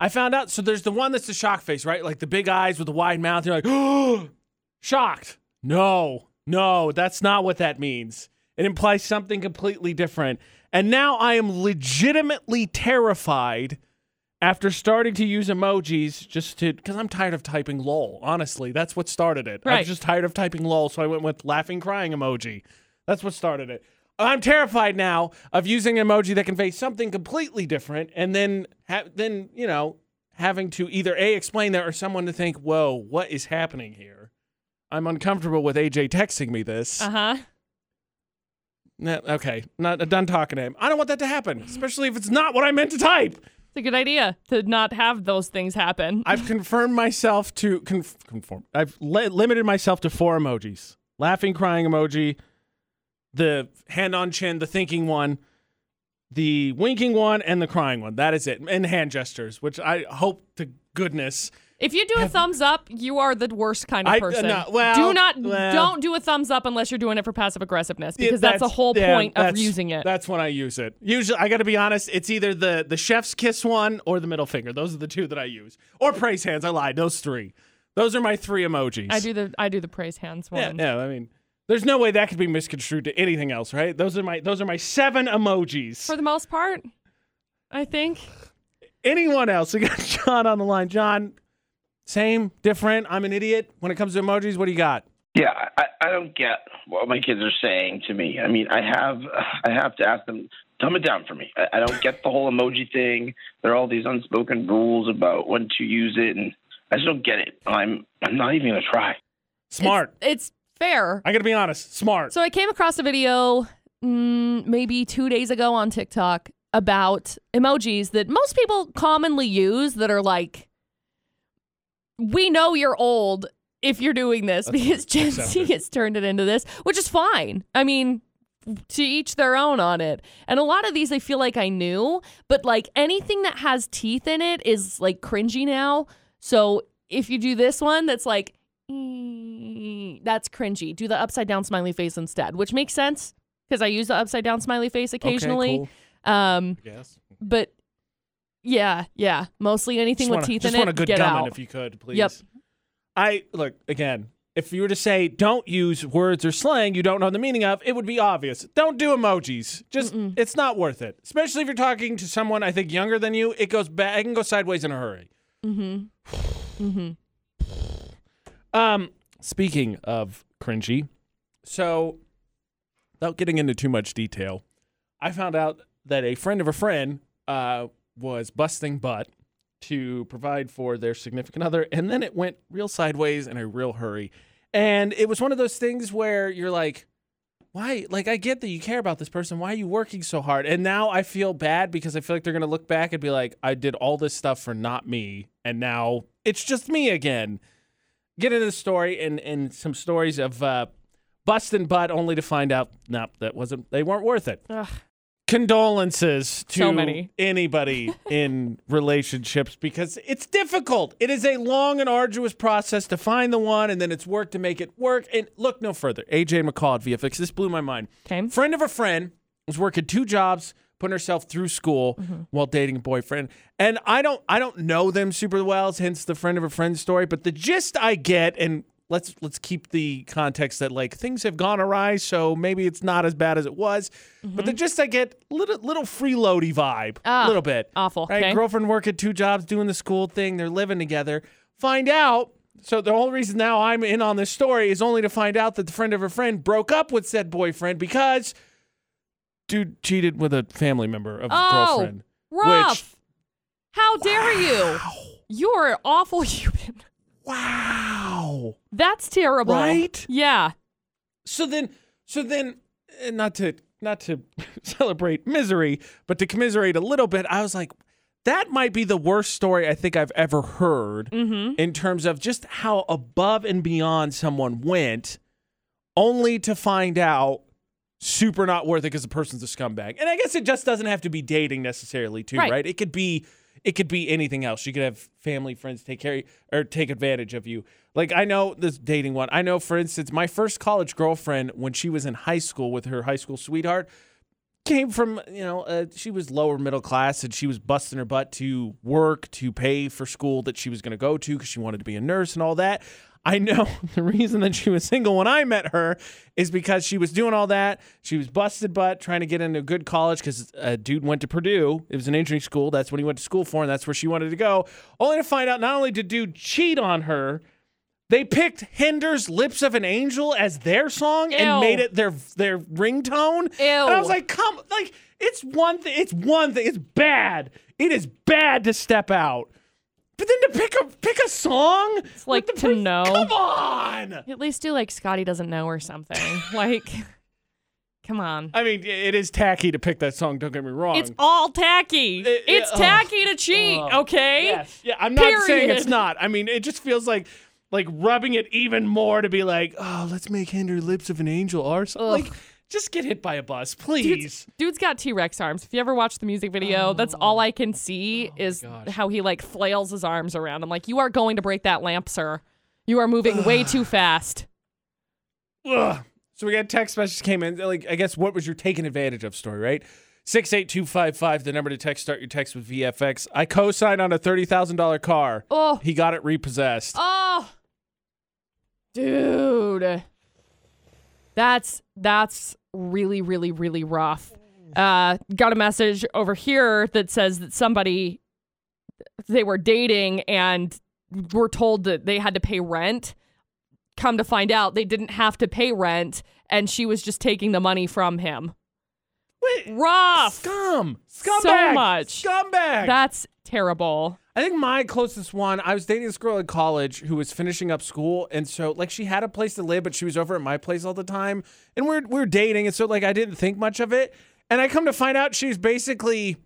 [SPEAKER 1] I found out. So there's the one that's the shock face, right? Like the big eyes with the wide mouth. You're like, (gasps) oh, shocked. No, no, that's not what that means. It implies something completely different. And now I am legitimately terrified after starting to use emojis just to, because I'm tired of typing lol. Honestly, that's what started it. I
[SPEAKER 2] Right.
[SPEAKER 1] was just tired of typing lol. So I went with laughing, crying emoji. That's what started it. I'm terrified now of using an emoji that conveys something completely different, and then ha- then you know having to either a explain that or someone to think, "Whoa, what is happening here?" I'm uncomfortable with AJ texting me this.
[SPEAKER 2] Uh huh.
[SPEAKER 1] No, okay, not done talking to him. I don't want that to happen, especially if it's not what I meant to type.
[SPEAKER 2] It's a good idea to not have those things happen.
[SPEAKER 1] I've confirmed myself to conf- conform. I've li- limited myself to four emojis: laughing, crying emoji, the hand on chin, the thinking one, the winking one, and the crying one. That is it, and hand gestures, which I hope to goodness.
[SPEAKER 2] If you do a thumbs up, you are the worst kind
[SPEAKER 1] I-
[SPEAKER 2] of
[SPEAKER 1] uh,
[SPEAKER 2] person.
[SPEAKER 1] no, well,
[SPEAKER 2] do not
[SPEAKER 1] well.
[SPEAKER 2] don't do a thumbs up unless you're doing it for passive aggressiveness because
[SPEAKER 1] Yeah,
[SPEAKER 2] that's, the whole
[SPEAKER 1] yeah,
[SPEAKER 2] point of
[SPEAKER 1] that's-
[SPEAKER 2] using it.
[SPEAKER 1] That's when I use it. Usually, I got to be honest. It's either the the chef's kiss one or the middle finger. Those are the two that I use. Or praise hands. I lied. Those three. Those are my three emojis.
[SPEAKER 2] I do the I do the praise hands one.
[SPEAKER 1] Yeah, yeah. I mean, there's no way that could be misconstrued to anything else, right? Those are my those are my seven emojis.
[SPEAKER 2] For the most part, I think.
[SPEAKER 1] Anyone else? (laughs) We got John on the line. John, same, different. I'm an idiot when it comes to emojis. What do you got?
[SPEAKER 4] Yeah, I, I don't get what my kids are saying to me. I mean, I have I have to ask them dumb it down for me. I, I don't get the whole emoji thing. There are all these unspoken rules about when to use it, and I just don't get it. I'm I'm not even gonna try.
[SPEAKER 1] Smart.
[SPEAKER 2] It's fair.
[SPEAKER 1] I got to be honest. Smart.
[SPEAKER 2] So I came across a video mm, maybe two days ago on TikTok about emojis that most people commonly use that are like, we know you're old if you're doing this
[SPEAKER 1] That's
[SPEAKER 2] (laughs) because Gen Z
[SPEAKER 1] accepted.
[SPEAKER 2] has turned it into this, which is fine. I mean, to each their own on it. And a lot of these I feel like I knew, but like anything that has teeth in it is like cringy now. So if you do this one that's like, "Mm," that's cringy, do the upside down smiley face instead, which makes sense because I use the upside down smiley face occasionally.
[SPEAKER 1] Okay,
[SPEAKER 2] Um,
[SPEAKER 1] cool. Yes.
[SPEAKER 2] but yeah, yeah, mostly anything
[SPEAKER 1] Just
[SPEAKER 2] with
[SPEAKER 1] want,
[SPEAKER 2] teeth
[SPEAKER 1] just
[SPEAKER 2] in
[SPEAKER 1] want
[SPEAKER 2] it.
[SPEAKER 1] a good
[SPEAKER 2] get
[SPEAKER 1] gumming
[SPEAKER 2] out.
[SPEAKER 1] if you could, please.
[SPEAKER 2] Yep.
[SPEAKER 1] I look again. If you were to say don't use words or slang you don't know the meaning of, it would be obvious. Don't do emojis. Just it's not worth it. Especially if you're talking to someone I think younger than you, it goes back it can go sideways in a hurry. (sighs) Mm-hmm. Mm-hmm. Um speaking of cringy, so without getting into too much detail, I found out that a friend of a friend uh, was busting butt to provide for their significant other, and then it went real sideways in a real hurry. And it was one of those things where you're like, why? Like, I get that you care about this person. Why are you working so hard? And now I feel bad because I feel like they're going to look back and be like, I did all this stuff for not me. And now it's just me again. Get into the story and, and some stories of uh, busting butt only to find out, nope, that wasn't, they weren't worth it
[SPEAKER 2] Ugh.
[SPEAKER 1] condolences to
[SPEAKER 2] So many. (laughs)
[SPEAKER 1] anybody in relationships because it's difficult. It is a long and arduous process to find the one, and then it's work to make it work. And look no further. AJ McCall at VFX. This blew my mind.
[SPEAKER 2] Okay.
[SPEAKER 1] Friend of a friend was working two jobs, putting herself through school while dating a boyfriend. And I don't I don't know them super well, hence the friend of a friend story, but the gist I get and let's let's keep the context that like things have gone awry, so maybe it's not as bad as it was. But the gist I get little little freeloady vibe. A
[SPEAKER 2] Ah,
[SPEAKER 1] little bit.
[SPEAKER 2] awful,
[SPEAKER 1] Right?
[SPEAKER 2] okay.
[SPEAKER 1] Girlfriend working two jobs, doing the school thing, they're living together. Find out so the whole reason now I'm in on this story is only to find out that the friend of her friend broke up with said boyfriend because dude cheated with a family member of his
[SPEAKER 2] Oh,
[SPEAKER 1] girlfriend.
[SPEAKER 2] rough.
[SPEAKER 1] Which
[SPEAKER 2] How dare you? You're an awful (laughs) human.
[SPEAKER 1] wow.
[SPEAKER 2] That's terrible.
[SPEAKER 1] Right?
[SPEAKER 2] Yeah.
[SPEAKER 1] So then so then eh, not to not to (laughs) celebrate misery, but to commiserate a little bit, I was like that might be the worst story I think I've ever heard in terms of just how above and beyond someone went only to find out super not worth it because the person's a scumbag. And I guess it just doesn't have to be dating necessarily too, right?
[SPEAKER 2] Right.
[SPEAKER 1] It could be it could be anything else. You could have family, friends take care or take advantage of you. Like I know this dating one. I know for instance, my first college girlfriend when she was in high school with her high school sweetheart came from, you know, uh, she was lower middle class and she was busting her butt to work, to pay for school that she was going to go to because she wanted to be a nurse and all that. I know (laughs) the reason that she was single when I met her is because she was doing all that. She was busted butt trying to get into a good college because a dude went to Purdue. It was an engineering school. That's what he went to school for, and that's where she wanted to go. Only to find out not only did dude cheat on her, they picked Hinder's "Lips of an Angel" as their song and
[SPEAKER 2] Ew.
[SPEAKER 1] made it their their ringtone.
[SPEAKER 2] Ew.
[SPEAKER 1] And I was like, come, like it's one thing. It's one thing. It's bad. It is bad to step out. But then to pick a pick a song, it's
[SPEAKER 2] like to know.
[SPEAKER 1] Come on.
[SPEAKER 2] At least do like Scotty doesn't know
[SPEAKER 1] (laughs)
[SPEAKER 2] or something. like, come on.
[SPEAKER 1] I mean, it is tacky to pick that song. Don't get me wrong.
[SPEAKER 2] It's all tacky.
[SPEAKER 1] It-
[SPEAKER 2] it's
[SPEAKER 1] it-
[SPEAKER 2] tacky to cheat,
[SPEAKER 1] oh,
[SPEAKER 2] okay?
[SPEAKER 1] Yes. Yeah, I'm not saying it's
[SPEAKER 2] Period.
[SPEAKER 1] not. I mean, it just feels like like rubbing it even more to be like, oh, let's make Hinder lips of an angel or something.
[SPEAKER 2] Ugh.
[SPEAKER 1] Like, just get hit by a bus,
[SPEAKER 2] Dude's,
[SPEAKER 1] please.
[SPEAKER 2] dude's got T Rex arms. If you ever watch the music video, that's all I can see is how he like flails his arms around. I'm like, you are going to break that lamp, sir. You are moving way too fast.
[SPEAKER 1] Ugh. So we got text message came in. Like, I guess what was your taken advantage of story, right? Six eight two five five, the number to text. Start your text with VFX. I co-signed on a thirty thousand dollar car.
[SPEAKER 2] Oh,
[SPEAKER 1] He got it repossessed.
[SPEAKER 2] Oh, dude, that's that's really really really rough. Uh, got a message over here that says that somebody they were dating and were told that they had to pay rent. Come to find out, they didn't have to pay rent, and she was just taking the money from him.
[SPEAKER 1] Wait,
[SPEAKER 2] Rough.
[SPEAKER 1] scum, scumbag,
[SPEAKER 2] much.
[SPEAKER 1] scumbag.
[SPEAKER 2] That's terrible.
[SPEAKER 1] I think my closest one, I was dating this girl in college who was finishing up school, and so like she had a place to live, but she was over at my place all the time, and we're we're dating, and so like I didn't think much of it, and I come to find out she's basically.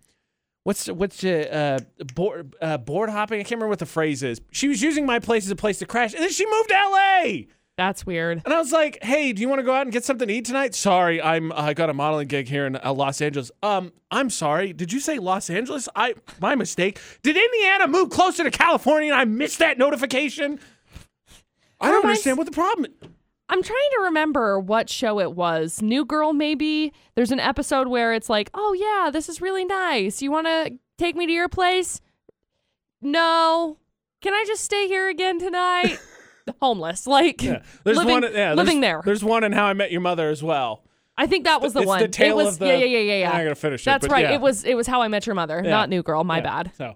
[SPEAKER 1] What's what's uh, uh board uh, board hopping? I can't remember what the phrase is. She was using my place as a place to crash, and then she moved to L.A.
[SPEAKER 2] That's weird.
[SPEAKER 1] And I was like, "Hey, do you want to go out and get something to eat tonight?" Sorry, I'm I got a modeling gig here in uh, Los Angeles. Um, I'm sorry. Did you say Los Angeles? I my mistake. Did Indiana move closer to California and I missed that notification? I don't
[SPEAKER 2] Reminds-
[SPEAKER 1] understand what the problem.
[SPEAKER 2] I'm trying to remember what show it was. New Girl, maybe. There's an episode where it's like, oh, yeah, this is really nice. You want to take me to your place? No. Can I just stay here
[SPEAKER 1] (laughs)
[SPEAKER 2] again tonight? Homeless. Like,
[SPEAKER 1] There's
[SPEAKER 2] living,
[SPEAKER 1] one yeah, there's-
[SPEAKER 2] living there.
[SPEAKER 1] There's one in How I Met Your Mother as well.
[SPEAKER 2] I think that was the
[SPEAKER 1] it's
[SPEAKER 2] one.
[SPEAKER 1] the tale
[SPEAKER 2] it was,
[SPEAKER 1] of the-
[SPEAKER 2] yeah, yeah, yeah, yeah, yeah.
[SPEAKER 1] I'm not gonna finish it,
[SPEAKER 2] That's
[SPEAKER 1] but
[SPEAKER 2] right.
[SPEAKER 1] yeah.
[SPEAKER 2] It was it was How I Met Your Mother, not New Girl. My bad.
[SPEAKER 1] So,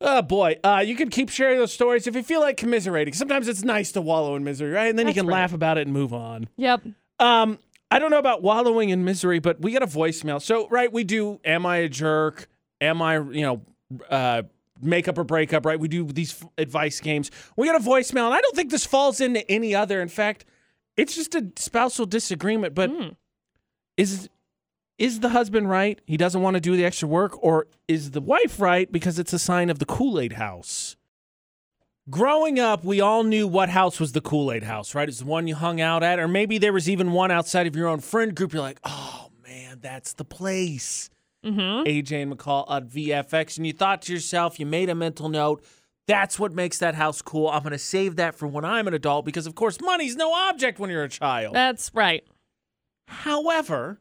[SPEAKER 1] oh boy, uh, you can keep sharing those stories if you feel like commiserating. Sometimes it's nice to wallow in misery, right? And then
[SPEAKER 2] That's
[SPEAKER 1] you can
[SPEAKER 2] right.
[SPEAKER 1] laugh about it and move on.
[SPEAKER 2] Yep.
[SPEAKER 1] Um, I don't know about wallowing in misery, but we got a voicemail. So, right, we do. Am I a jerk? Am I, you know, uh, makeup or breakup? Right, we do these f- advice games. We got a voicemail, and I don't think this falls into any other. In fact, it's just a spousal disagreement. But
[SPEAKER 2] Mm.
[SPEAKER 1] is is the husband right? He doesn't want to do the extra work, or is the wife right because it's a sign of the Kool Aid House? Growing up, we all knew what house was the Kool Aid house, right? It's the one you hung out at, or maybe there was even one outside of your own friend group. You're like, oh man, that's the place.
[SPEAKER 2] Mm-hmm.
[SPEAKER 1] AJ and McCall on VFX, and you thought to yourself, you made a mental note. That's what makes that house cool. I'm going to save that for when I'm an adult because, of course, money's no object when you're a child.
[SPEAKER 2] That's right.
[SPEAKER 1] However,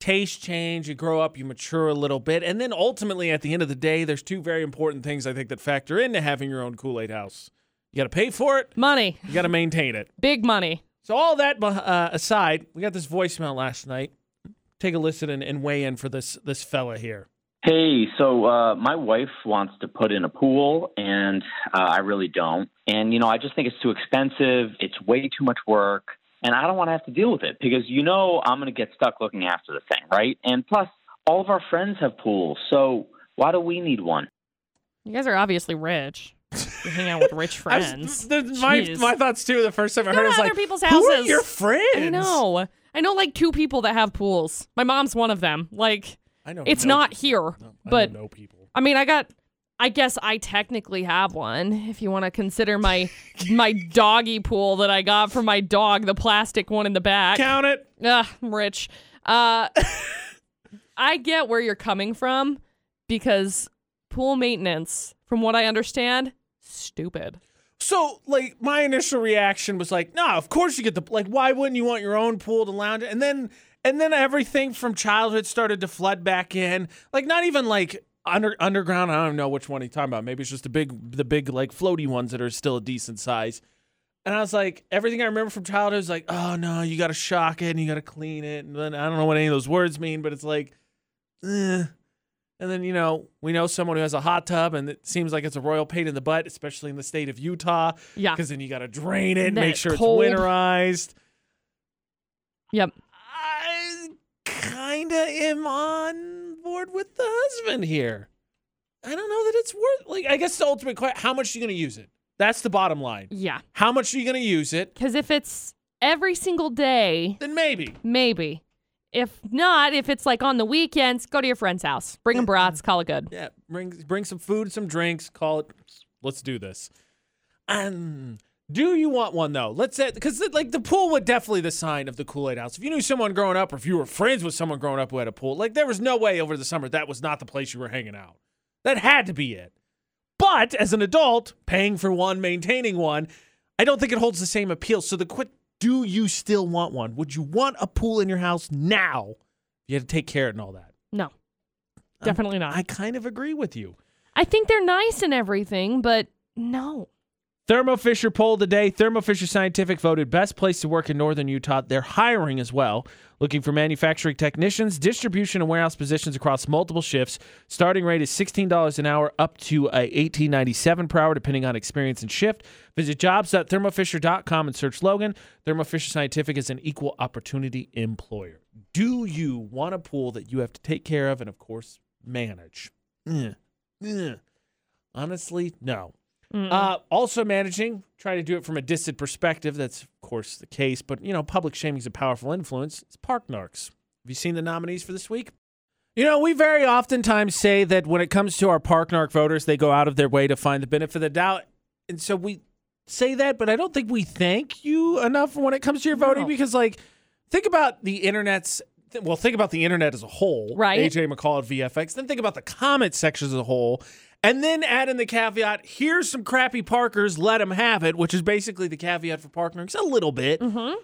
[SPEAKER 1] tastes change, you grow up, you mature a little bit, and then ultimately at the end of the day, there's two very important things I think that factor into having your own Kool-Aid house. You got to pay for it,
[SPEAKER 2] Money.
[SPEAKER 1] you got to maintain it.
[SPEAKER 2] Big money.
[SPEAKER 1] So all that uh, aside, we got this voicemail last night. Take a listen and, and weigh in for this this fella here.
[SPEAKER 5] Hey, so uh, my wife wants to put in a pool, and uh, I really don't. And, you know, I just think it's too expensive. It's way too much work. And I don't want to have to deal with it because, you know, I'm going to get stuck looking after the thing, right? And plus, all of our friends have pools. So why do we need one?
[SPEAKER 2] You guys are obviously rich. You hang out with rich
[SPEAKER 1] (laughs) I was-
[SPEAKER 2] friends.
[SPEAKER 1] th- th- my,
[SPEAKER 2] Jeez.
[SPEAKER 1] my thoughts too. The first time I
[SPEAKER 2] Go
[SPEAKER 1] heard,
[SPEAKER 2] to
[SPEAKER 1] it was
[SPEAKER 2] other
[SPEAKER 1] like,
[SPEAKER 2] people's
[SPEAKER 1] "Who are
[SPEAKER 2] houses."
[SPEAKER 1] your friends?"
[SPEAKER 2] I know. I know like two people that have pools. My mom's one of them. Like
[SPEAKER 1] I know.
[SPEAKER 2] it's
[SPEAKER 1] no
[SPEAKER 2] not
[SPEAKER 1] people.
[SPEAKER 2] here,
[SPEAKER 1] No, I
[SPEAKER 2] but
[SPEAKER 1] know no people.
[SPEAKER 2] I mean, I got I guess I technically have one if you want to consider my my doggy pool that I got from my dog, the plastic one in the back.
[SPEAKER 1] Count it.
[SPEAKER 2] Ugh, I'm rich. Uh, I get where you're coming from because pool maintenance, from what I understand, stupid.
[SPEAKER 1] So, like, my initial reaction was like, "No, of course you get the like. Why wouldn't you want your own pool to lounge?" And then, and then everything from childhood started to flood back in. Like, not even like under underground. I don't know which one he's talking about. Maybe it's just the big, the big like floaty ones that are still a decent size. And I was like, everything I remember from childhood is like, "Oh no, you got to shock it and you got to clean it." And then I don't know what any of those words mean, but it's like, eh. And then, you know, we know someone who has a hot tub and it seems like it's a royal pain in the butt, especially in the state of Utah
[SPEAKER 2] Yeah.
[SPEAKER 1] because then you got to drain it,
[SPEAKER 2] Then
[SPEAKER 1] make
[SPEAKER 2] it's
[SPEAKER 1] sure
[SPEAKER 2] cold.
[SPEAKER 1] it's winterized.
[SPEAKER 2] Yep.
[SPEAKER 1] I kind of am on board with the husband here. I don't know that it's worth. Like, I guess the ultimate question: how much are you going to use it? That's the bottom line.
[SPEAKER 2] Yeah.
[SPEAKER 1] How much are you going to use it?
[SPEAKER 2] Because if it's every single day,
[SPEAKER 1] Then maybe.
[SPEAKER 2] maybe. If not, if it's like on the weekends, go to your friend's house. Bring
[SPEAKER 1] (laughs)
[SPEAKER 2] them brats, call it good.
[SPEAKER 1] Yeah, bring bring some food, some drinks. Call it. Let's do this. Um, do you want one though? Let's say because like the pool was definitely the sign of the Kool Aid House. If you knew someone growing up, or if you were friends with someone growing up who had a pool, like there was no way over the summer that was not the place you were hanging out. That had to be it. But as an adult, paying for one, maintaining one, I don't think it holds the same appeal. So the quit. Do you still want one? Would you want a pool in your house now? You had to take care of it and all that.
[SPEAKER 2] No, definitely not.
[SPEAKER 1] Um, I kind of agree with you.
[SPEAKER 2] I think they're nice and everything, but no.
[SPEAKER 1] Thermo Fisher poll today. Thermo Fisher Scientific voted best place to work in northern Utah. They're hiring as well, looking for manufacturing technicians, distribution and warehouse positions across multiple shifts. Starting rate is $16 an hour up to uh, $18.97 per hour, depending on experience and shift. Visit jobs.thermofisher.com and search Logan. Thermo Fisher Scientific is an equal opportunity employer. Do you want a pool that you have to take care of and, of course, manage? Ugh. Ugh. Eh, Honestly, no. Uh, also managing, try to do it from a distant perspective. That's of course the case, but you know, public shaming is a powerful influence. It's park narcs. Have you seen the nominees for this week? You know, we very oftentimes say that when it comes to our park narc voters, they go out of their way to find the benefit of the doubt, and so we say that, but I don't think we thank you enough when it comes to your voting
[SPEAKER 2] No.
[SPEAKER 1] because, like, think about the internet's. th- Well, think about the internet as a whole,
[SPEAKER 2] Right.
[SPEAKER 1] AJ McCall at VFX. Then think about the comment sections as a whole, and then add in the caveat: here's some crappy Parkers, let them have it, which is basically the caveat for partnering a little bit.
[SPEAKER 2] Mm-hmm.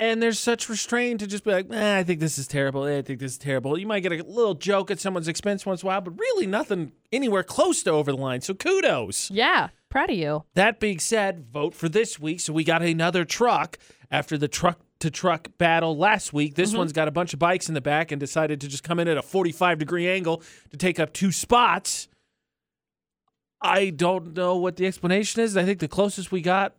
[SPEAKER 1] And there's such restraint to just be like, eh, I think this is terrible. Eh, I think this is terrible. You might get a little joke at someone's expense once in a while, but really nothing anywhere close to over the line. So kudos.
[SPEAKER 2] Yeah. Proud of you.
[SPEAKER 1] That being said, vote for this week. So we got another truck after the truck to truck battle last week. This
[SPEAKER 2] Mm-hmm.
[SPEAKER 1] one's got a bunch of bikes in the back and decided to just come in at a 45 degree angle to take up two spots. I don't know what the explanation is. I think the closest we got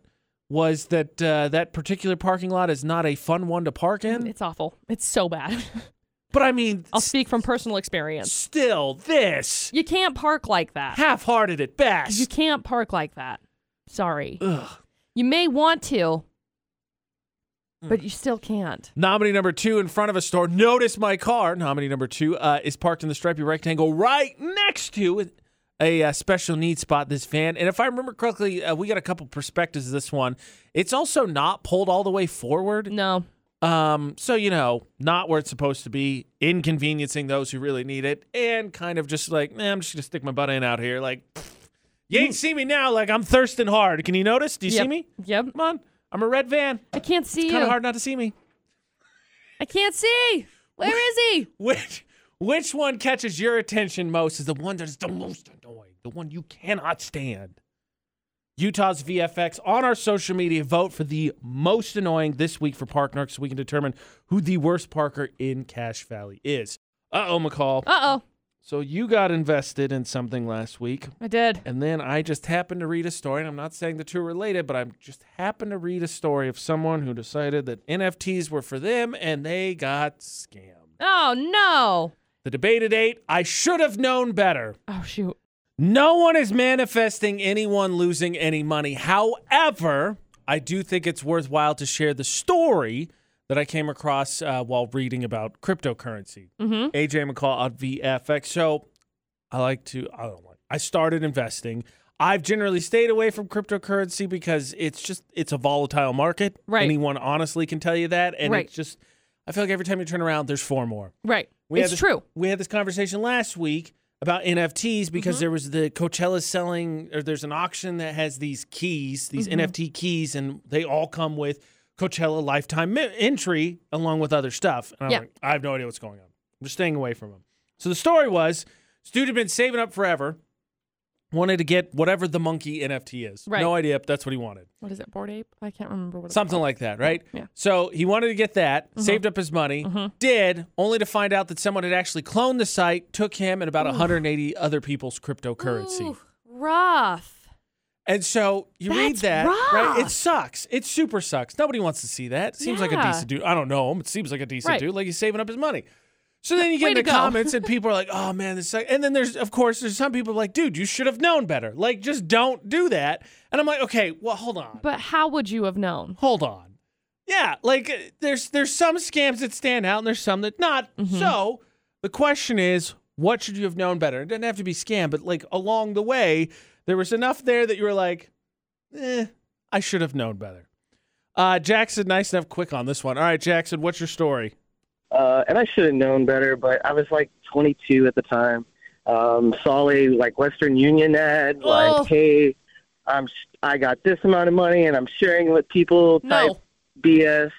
[SPEAKER 1] was that uh, that particular parking lot is not a fun one to park in.
[SPEAKER 2] It's awful. It's so bad. (laughs)
[SPEAKER 1] But I mean,
[SPEAKER 2] Mm. I'll
[SPEAKER 1] s-
[SPEAKER 2] speak from personal experience.
[SPEAKER 1] still, this
[SPEAKER 2] You can't park like that.
[SPEAKER 1] half hearted at
[SPEAKER 2] You
[SPEAKER 1] best.
[SPEAKER 2] can't park like that. Sorry.
[SPEAKER 1] Ugh.
[SPEAKER 2] You may want to,
[SPEAKER 1] Mm.
[SPEAKER 2] but you still can't.
[SPEAKER 1] Nominee number two in front of a store. Notice my car. Nominee number two uh, is parked in the stripy rectangle right next to a uh, special needs spot. This van, and if I remember correctly, uh, we got a couple perspectives of this one. It's also not pulled all the way forward,
[SPEAKER 2] No.
[SPEAKER 1] um, so you know, not where it's supposed to be, inconveniencing those who really need it, and kind of just like, eh, I'm just gonna stick my butt in out here. Like, pfft. you ain't see me now. Like I'm thirsting hard. Can you notice? Do you
[SPEAKER 2] Yep.
[SPEAKER 1] see me?
[SPEAKER 2] Yep.
[SPEAKER 1] Come on, I'm a red van.
[SPEAKER 2] I can't see
[SPEAKER 1] Kind
[SPEAKER 2] you.
[SPEAKER 1] of hard not to see me.
[SPEAKER 2] I can't see. Where is he?
[SPEAKER 1] Which which one catches your attention most is the one that is the most annoying, the one you cannot stand. Utah's VFX on our social media vote for the most annoying this week for Park Narc so we can determine who the worst Parker in Cache Valley is. Uh oh, McCall.
[SPEAKER 2] Uh oh.
[SPEAKER 1] So you got invested in something last week,
[SPEAKER 2] I did.
[SPEAKER 1] and then I just happened to read a story, and I'm not saying the two are related, but I just happened to read a story of someone who decided that NFTs were for them and they got scammed.
[SPEAKER 2] Oh no.
[SPEAKER 1] The debated eight, I should have known better.
[SPEAKER 2] Oh shoot.
[SPEAKER 1] No one is manifesting anyone losing any money. However, I do think it's worthwhile to share the story that I came across uh, while reading about cryptocurrency.
[SPEAKER 2] Mm-hmm.
[SPEAKER 1] AJ McCall on VFX. So I like to, I don't like, I started investing. I've generally stayed away from cryptocurrency because it's just, it's a volatile market.
[SPEAKER 2] Right.
[SPEAKER 1] Anyone honestly can tell you that. And
[SPEAKER 2] Right.
[SPEAKER 1] it's just, I feel like every time you turn around, there's four more.
[SPEAKER 2] Right.
[SPEAKER 1] We
[SPEAKER 2] it's
[SPEAKER 1] had this-
[SPEAKER 2] true.
[SPEAKER 1] We had this conversation last week about NFTs because
[SPEAKER 2] Mm-hmm.
[SPEAKER 1] there was the Coachella selling, or there's an auction that has these keys, these
[SPEAKER 2] Mm-hmm.
[SPEAKER 1] NFT keys, and they all come with Coachella lifetime mi- entry along with other stuff. And I'm
[SPEAKER 2] Yeah.
[SPEAKER 1] like, I have no idea what's going on. I'm just staying away from them. So the story was, dude had been saving up forever, wanted to get whatever the monkey NFT is.
[SPEAKER 2] Right.
[SPEAKER 1] No idea, but that's what he wanted.
[SPEAKER 2] What is it? Board ape? I can't remember what. It's
[SPEAKER 1] Something like that, right?
[SPEAKER 2] Yeah. Mm-hmm.
[SPEAKER 1] So he wanted to get that, saved up his money, did, only to find out that someone had actually cloned the site, took him and about 180 other people's cryptocurrency.
[SPEAKER 2] Ooh, rough.
[SPEAKER 1] And so you read
[SPEAKER 2] That's
[SPEAKER 1] that, right? It
[SPEAKER 2] rough.
[SPEAKER 1] sucks. It super sucks. Nobody wants to see that. Seems like a
[SPEAKER 2] Yeah.
[SPEAKER 1] decent dude. I don't know him. It seems like a decent
[SPEAKER 2] Right.
[SPEAKER 1] dude. Like he's saving up his money. So then you get
[SPEAKER 2] Way
[SPEAKER 1] in
[SPEAKER 2] to
[SPEAKER 1] the
[SPEAKER 2] go.
[SPEAKER 1] comments
[SPEAKER 2] (laughs)
[SPEAKER 1] and people are like, "Oh man, this sucks." And then there's of course there's some people like, "Dude, you should have known better. Like just don't do that." And I'm like, "Okay, well, hold on."
[SPEAKER 2] But how would you have known?
[SPEAKER 1] hold on. Yeah, like uh, there's there's some scams that stand out and there's some that not.
[SPEAKER 2] Mm-hmm.
[SPEAKER 1] So the question is, what should you have known better? It doesn't have to be scam, but like along the way, there was enough there that you were like, eh, I should have known better. Uh, Jackson, nice enough, quick on this one. All right, Jackson, what's your story?
[SPEAKER 6] uh, and I should have known better, but I was like 22 at the time. Um, saw a like Western Union ad,
[SPEAKER 2] Oh.
[SPEAKER 6] like, "Hey, I'm I got this amount of money, and I'm sharing it with people." Type
[SPEAKER 2] No.
[SPEAKER 6] BS.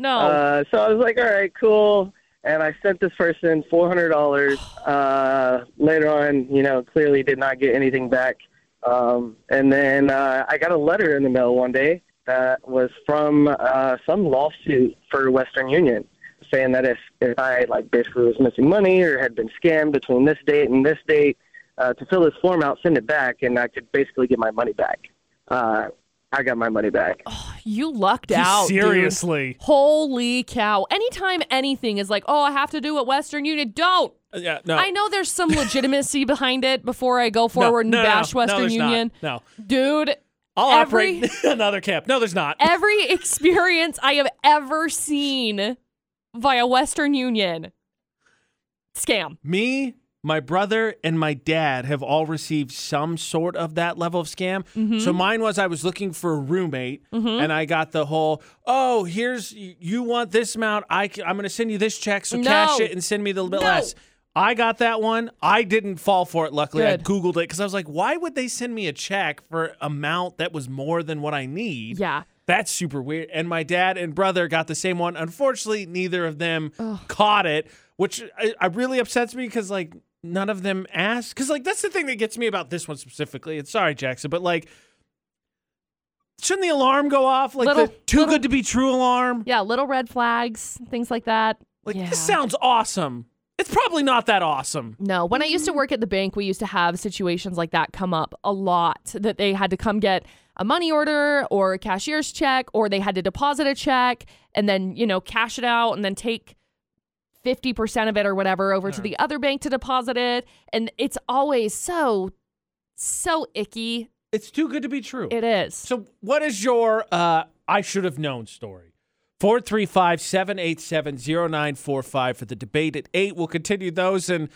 [SPEAKER 2] No.
[SPEAKER 6] Uh, so I was like, "All right, cool." And I sent this person four hundred dollars. Uh, later on, you know, clearly did not get anything back. Um, and then uh, I got a letter in the mail one day that was from uh, some lawsuit for Western Union, saying that if if I like basically was missing money or had been scammed between this date and this date, uh, to fill this form out, send it back, and I could basically get my money back. Uh, I got my money back.
[SPEAKER 2] oh, You lucked out.
[SPEAKER 1] (laughs)
[SPEAKER 2] dude.
[SPEAKER 1] Seriously.
[SPEAKER 2] Holy cow. Anytime anything is like, oh, I have to do what Western Union, don't.
[SPEAKER 1] Uh, Yeah, no.
[SPEAKER 2] I know there's some legitimacy behind it before I go
[SPEAKER 1] No,
[SPEAKER 2] forward and
[SPEAKER 1] no, no,
[SPEAKER 2] bash
[SPEAKER 1] no,
[SPEAKER 2] Western
[SPEAKER 1] there's not.
[SPEAKER 2] Union.
[SPEAKER 1] No.
[SPEAKER 2] Dude,
[SPEAKER 1] I'll
[SPEAKER 2] Every-
[SPEAKER 1] operate (laughs) another camp. No, there's not.
[SPEAKER 2] every (laughs) experience I have ever seen via Western Union, scam.
[SPEAKER 1] Me, my brother, and my dad have all received some sort of that level of scam.
[SPEAKER 2] Mm-hmm.
[SPEAKER 1] So mine was I was looking for a roommate and I got the whole, oh, here's, you want this amount. I, c- I'm going to send you this check. So
[SPEAKER 2] No.
[SPEAKER 1] cash it and send me the little bit
[SPEAKER 2] No.
[SPEAKER 1] less. I got that one. I didn't fall for it, luckily. I
[SPEAKER 2] Good.
[SPEAKER 1] Googled it because I was like, why would they send me a check for amount that was more than what I need?
[SPEAKER 2] Yeah.
[SPEAKER 1] That's super weird. And my dad and brother got the same one. Unfortunately, neither of them caught it, which I, I really upsets me because like none of them asked. Because like that's the thing that gets me about this one specifically. And sorry, Jackson, but like, shouldn't the alarm go off? Like
[SPEAKER 2] Little-
[SPEAKER 1] the too
[SPEAKER 2] little-
[SPEAKER 1] good to be true alarm.
[SPEAKER 2] Yeah, little red flags, things like that.
[SPEAKER 1] Like
[SPEAKER 2] yeah.
[SPEAKER 1] this sounds awesome. It's probably not that awesome.
[SPEAKER 2] No, when I used to work at the bank, we used to have situations like that come up a lot that they had to come get a money order or a cashier's check or they had to deposit a check and then, you know, cash it out and then take 50% of it or whatever over to the other bank to deposit it. And it's always so, so icky.
[SPEAKER 1] It's too good to be true.
[SPEAKER 2] It is.
[SPEAKER 1] So, what is your uh, I should have known story? 435 787 0945 for the debate at 8. We'll continue those and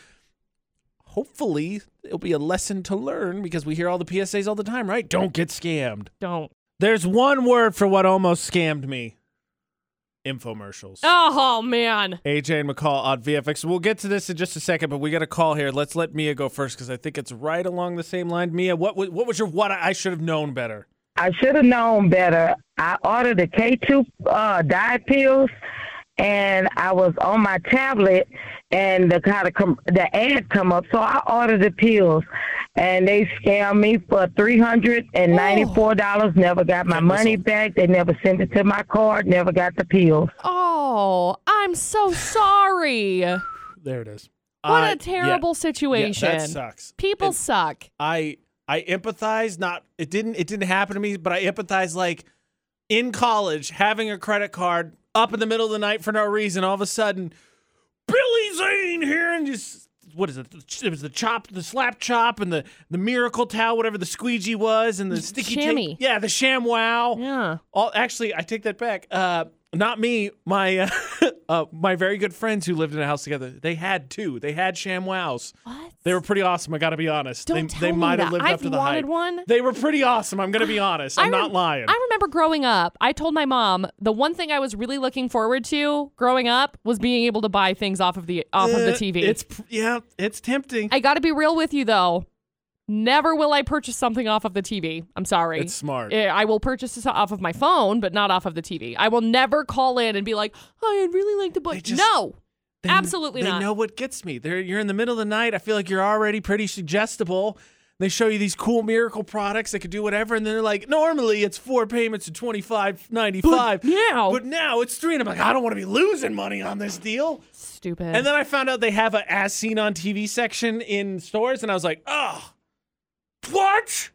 [SPEAKER 1] hopefully it'll be a lesson to learn because we hear all the PSAs all the time, right? Don't get scammed.
[SPEAKER 2] Don't.
[SPEAKER 1] There's one word for what almost scammed me infomercials.
[SPEAKER 2] Oh, man.
[SPEAKER 1] AJ and McCall on VFX. We'll get to this in just a second, but we got a call here. Let's let Mia go first because I think it's right along the same line. Mia, what, wa- what was your what I I should have known better?
[SPEAKER 7] I should have known better. I ordered the K2 uh, diet pills, and I was on my tablet, and the kind of com- the ad come up, so I ordered the pills, and they scammed me for three hundred and ninety four dollars. Never got my money back. They never sent it to my card. Never got the pills.
[SPEAKER 2] Oh, I'm (laughs) so sorry. What
[SPEAKER 1] There it is.
[SPEAKER 2] a terrible situation.
[SPEAKER 1] that sucks.
[SPEAKER 2] People
[SPEAKER 1] And
[SPEAKER 2] suck.
[SPEAKER 1] I I empathize. Not it didn't it didn't happen to me, but I empathize. Like in college, having a credit card up in the middle of the night for no reason, all of a sudden, Billy Zane here and just. What is it? It was the chop, the slap chop, and the the miracle towel, whatever the squeegee was, and the sticky tape.
[SPEAKER 2] chamois.
[SPEAKER 1] Yeah, the sham wow.
[SPEAKER 2] Yeah.
[SPEAKER 1] All, actually, I take that back. Uh, not me. My (laughs) uh, uh, my very good friends who lived in a house together. They had two. They had ShamWows.
[SPEAKER 2] What?
[SPEAKER 1] They were pretty awesome. I got to be honest.
[SPEAKER 2] Don't
[SPEAKER 1] they
[SPEAKER 2] tell
[SPEAKER 1] they
[SPEAKER 2] me
[SPEAKER 1] might
[SPEAKER 2] that.
[SPEAKER 1] have lived
[SPEAKER 2] I've
[SPEAKER 1] up to the hype.
[SPEAKER 2] wanted one.
[SPEAKER 1] They were pretty awesome. I'm going to be honest. I'm
[SPEAKER 2] I rem-
[SPEAKER 1] not lying.
[SPEAKER 2] I remember growing up, I told my mom the one thing I was really looking forward to growing up was being able to buy things off of the off of the
[SPEAKER 1] Uh,
[SPEAKER 2] TV.
[SPEAKER 1] It's pr- yeah, it's tempting.
[SPEAKER 2] I got to be real with you though. Never will I purchase something off of the TV. I'm sorry.
[SPEAKER 1] it's smart.
[SPEAKER 2] Eh, I will purchase this off of my phone, but not off of the TV. I will never call in and be like, "I'd really like to buy."
[SPEAKER 1] They just-
[SPEAKER 2] no,
[SPEAKER 1] They kn-
[SPEAKER 2] absolutely
[SPEAKER 1] they
[SPEAKER 2] not.
[SPEAKER 1] know what gets me. They're, you're in the middle of the night. I feel like you're already pretty suggestible. They show you these cool miracle products that could do whatever, and then they're like, normally it's four payments of twenty five ninety five.
[SPEAKER 2] now-
[SPEAKER 1] but now it's three, and I'm like, I don't want to be losing money on this deal.
[SPEAKER 2] Stupid.
[SPEAKER 1] And then I found out they have a as seen on TV section in stores, and I was like, oh, what?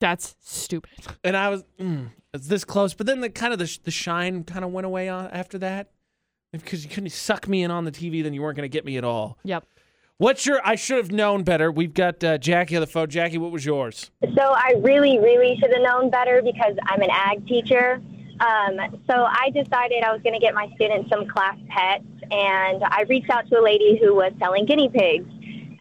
[SPEAKER 2] That's stupid.
[SPEAKER 1] And I was, mm, it's this close. But then the kind of the, sh- the shine kind of went away on, after that because you couldn't suck me in on the TV, then you weren't going to get me at all.
[SPEAKER 2] Yep.
[SPEAKER 1] What's your? I should have known better. We've got uh, Jackie on the phone. Jackie, what was yours?
[SPEAKER 8] So I really, really should have known better because I'm an ag teacher. Um, so I decided I was going to get my students some class pets, and I reached out to a lady who was selling guinea pigs.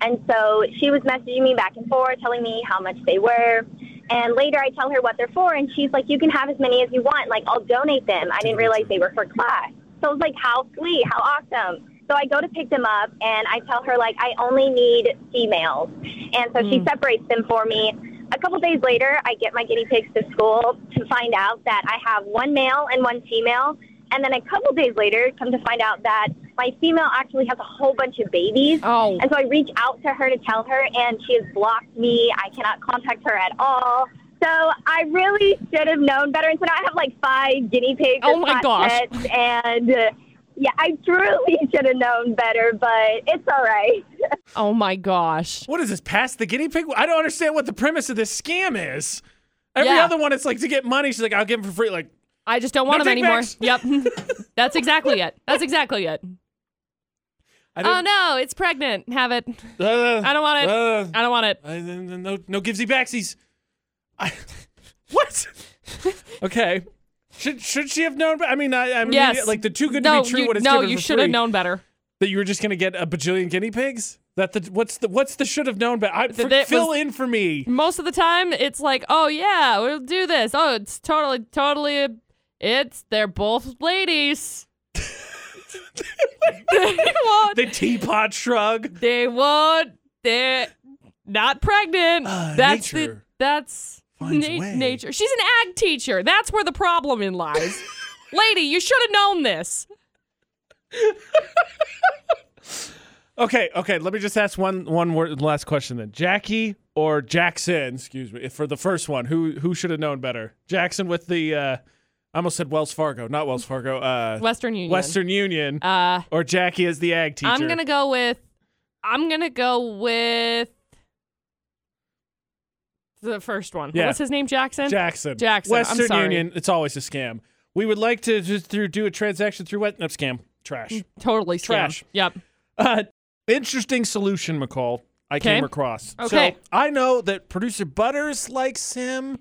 [SPEAKER 8] And so she was messaging me back and forth, telling me how much they were. And later I tell her what they're for, and she's like, You can have as many as you want. Like, I'll donate them. I didn't realize they were for class. So I was like, How sweet, how awesome. So I go to pick them up, and I tell her, like, I only need females. And so she separates them for me. A couple days later, I get my guinea pigs to school to find out that I have one male and one female. And then a couple days later, come to find out that my female actually has a whole bunch of babies.
[SPEAKER 2] Oh.
[SPEAKER 8] And so I reach out to her to tell her, and she has blocked me. I cannot contact her at all. So I really should have known better. And so now I have like five guinea pigs.
[SPEAKER 2] Oh
[SPEAKER 8] as
[SPEAKER 2] my
[SPEAKER 8] hot
[SPEAKER 2] gosh.
[SPEAKER 8] pets, And uh, yeah, I truly (laughs) should have known better, but it's all right.
[SPEAKER 2] Oh my gosh.
[SPEAKER 1] What is this? Pass the guinea pig? I don't understand what the premise of this scam is. Every
[SPEAKER 2] Yeah.
[SPEAKER 1] other one, it's like to get money. She's like, I'll give him for free. Like,
[SPEAKER 2] I just don't want
[SPEAKER 1] No
[SPEAKER 2] them
[SPEAKER 1] Tic
[SPEAKER 2] anymore.
[SPEAKER 1] Macs.
[SPEAKER 2] Yep.
[SPEAKER 1] (laughs)
[SPEAKER 2] That's exactly it. That's exactly it.
[SPEAKER 1] I
[SPEAKER 2] Oh
[SPEAKER 1] didn't,
[SPEAKER 2] no, it's pregnant. Have it.
[SPEAKER 1] uh,
[SPEAKER 2] I don't want it.
[SPEAKER 1] uh,
[SPEAKER 2] I don't want it.
[SPEAKER 1] I, no, no, no givesy backsies. I, (laughs)
[SPEAKER 2] (laughs)
[SPEAKER 1] what? okay. Should should she have known? I mean, I, I'm
[SPEAKER 2] Yes.
[SPEAKER 1] like the too good
[SPEAKER 2] no,
[SPEAKER 1] to be true.
[SPEAKER 2] you,
[SPEAKER 1] what is
[SPEAKER 2] no,
[SPEAKER 1] given
[SPEAKER 2] you
[SPEAKER 1] for
[SPEAKER 2] should have
[SPEAKER 1] free,
[SPEAKER 2] known better.
[SPEAKER 1] that you were just gonna get a bajillion guinea pigs. That the what's the what's the should have known? But I for,
[SPEAKER 2] that
[SPEAKER 1] fill
[SPEAKER 2] was-
[SPEAKER 1] in for me.
[SPEAKER 2] Most of the time, it's like, oh yeah, we'll do this. Oh, it's totally, totally. It's they're both
[SPEAKER 1] (laughs)
[SPEAKER 2] ladies. (laughs) they won't.
[SPEAKER 1] The teapot shrug.
[SPEAKER 2] They won't. They're not pregnant.
[SPEAKER 1] Ah,
[SPEAKER 2] that's the.
[SPEAKER 1] nature
[SPEAKER 2] That's
[SPEAKER 1] finds a way.
[SPEAKER 2] nature. She's an ag teacher. That's where the problem
[SPEAKER 1] (laughs)
[SPEAKER 2] in lies. Lady, you should have known this.
[SPEAKER 1] Okay, okay. Let me just ask one one word, last question then. Jackie or Jackson? Excuse me for the first one. Who who should have known better? Jackson with the. Uh, I almost said Wells Fargo, not Wells Fargo. Uh,
[SPEAKER 2] Western Union.
[SPEAKER 1] Western Union
[SPEAKER 2] Uh,
[SPEAKER 1] or Jackie as the ag teacher.
[SPEAKER 2] I'm gonna go with. I'm gonna go with the first one.
[SPEAKER 1] Yeah.
[SPEAKER 2] What's his name? Jackson.
[SPEAKER 1] Jackson.
[SPEAKER 2] Jackson, I'm
[SPEAKER 1] Western
[SPEAKER 2] sorry.
[SPEAKER 1] Union. It's always a scam. We would like to just through do a transaction through what? No, scam.
[SPEAKER 2] Mm.
[SPEAKER 1] Trash.
[SPEAKER 2] totally scam.
[SPEAKER 1] Trash.
[SPEAKER 2] Yep.
[SPEAKER 1] Uh, interesting solution, McCall. I
[SPEAKER 2] Okay.
[SPEAKER 1] came across.
[SPEAKER 2] Okay.
[SPEAKER 1] So I know that producer Butters likes him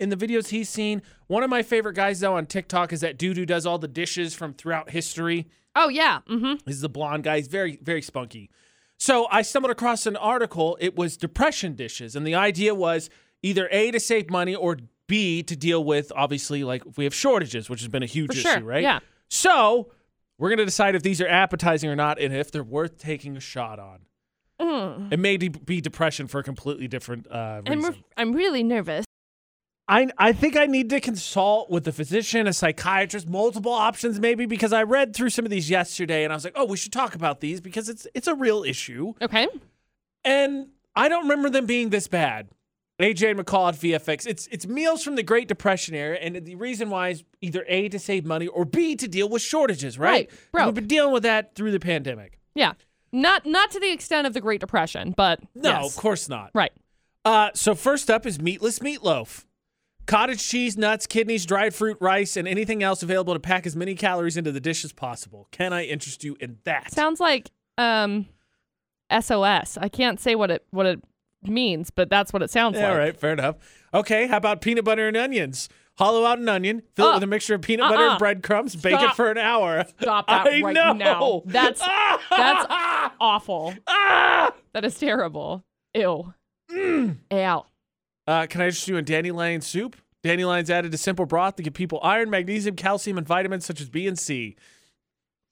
[SPEAKER 1] in the videos he's seen. One of my favorite guys though on TikTok is that dude who does all the dishes from throughout history.
[SPEAKER 2] Oh yeah. Mm-hmm.
[SPEAKER 1] This is the blonde guy. He's very, very spunky. So I stumbled across an article. It was depression dishes. And the idea was either A, to save money, or B, to deal with obviously, like if we have shortages, which has been a huge
[SPEAKER 2] For
[SPEAKER 1] issue,
[SPEAKER 2] sure.
[SPEAKER 1] right?
[SPEAKER 2] Yeah.
[SPEAKER 1] So we're going to decide if these are appetizing or not and if they're worth taking a shot on.
[SPEAKER 2] Mm.
[SPEAKER 1] It may de- be depression for a completely different uh,
[SPEAKER 2] I'm,
[SPEAKER 1] reason.
[SPEAKER 2] re- I'm really nervous.
[SPEAKER 1] I I think I need to consult with a physician, a psychiatrist, multiple options maybe because I read through some of these yesterday and I was like, "Oh, we should talk about these because it's it's a real issue."
[SPEAKER 2] Okay.
[SPEAKER 1] And I don't remember them being this bad. AJ and McCall at VFX. It's it's meals from the Great Depression era, and the reason why is either A to save money or B to deal with shortages, right?
[SPEAKER 2] Right, bro.
[SPEAKER 1] We've been dealing with that through the pandemic.
[SPEAKER 2] Yeah. Not not to the extent of the Great Depression, but
[SPEAKER 1] No,
[SPEAKER 2] yes.
[SPEAKER 1] of course not.
[SPEAKER 2] Right.
[SPEAKER 1] Uh, so first up is meatless meatloaf. Cottage cheese, nuts, kidneys, dried fruit, rice, and anything else available to pack as many calories into the dish as possible. Can I interest you in that?
[SPEAKER 2] Sounds like um, SOS. I can't say what it what it means, but that's what it sounds
[SPEAKER 1] Yeah,
[SPEAKER 2] like.
[SPEAKER 1] all right, fair enough. Okay, how about peanut butter and onions? Hollow out an onion, fill it
[SPEAKER 2] Uh,
[SPEAKER 1] with a mixture of peanut butter
[SPEAKER 2] uh-uh.
[SPEAKER 1] and breadcrumbs, bake it
[SPEAKER 2] Stop.
[SPEAKER 1] for an hour.
[SPEAKER 2] Stop
[SPEAKER 1] (laughs)
[SPEAKER 2] that
[SPEAKER 1] I
[SPEAKER 2] right
[SPEAKER 1] know.
[SPEAKER 2] now.
[SPEAKER 1] (laughs)
[SPEAKER 2] That's
[SPEAKER 1] Ah!
[SPEAKER 2] that's awful.
[SPEAKER 1] Ah!
[SPEAKER 2] That is terrible. Ew. Ow.
[SPEAKER 1] Uh, can I interest you in dandelion soup? Dandelion's added to simple broth to give people iron, magnesium, calcium, and vitamins such as B and C.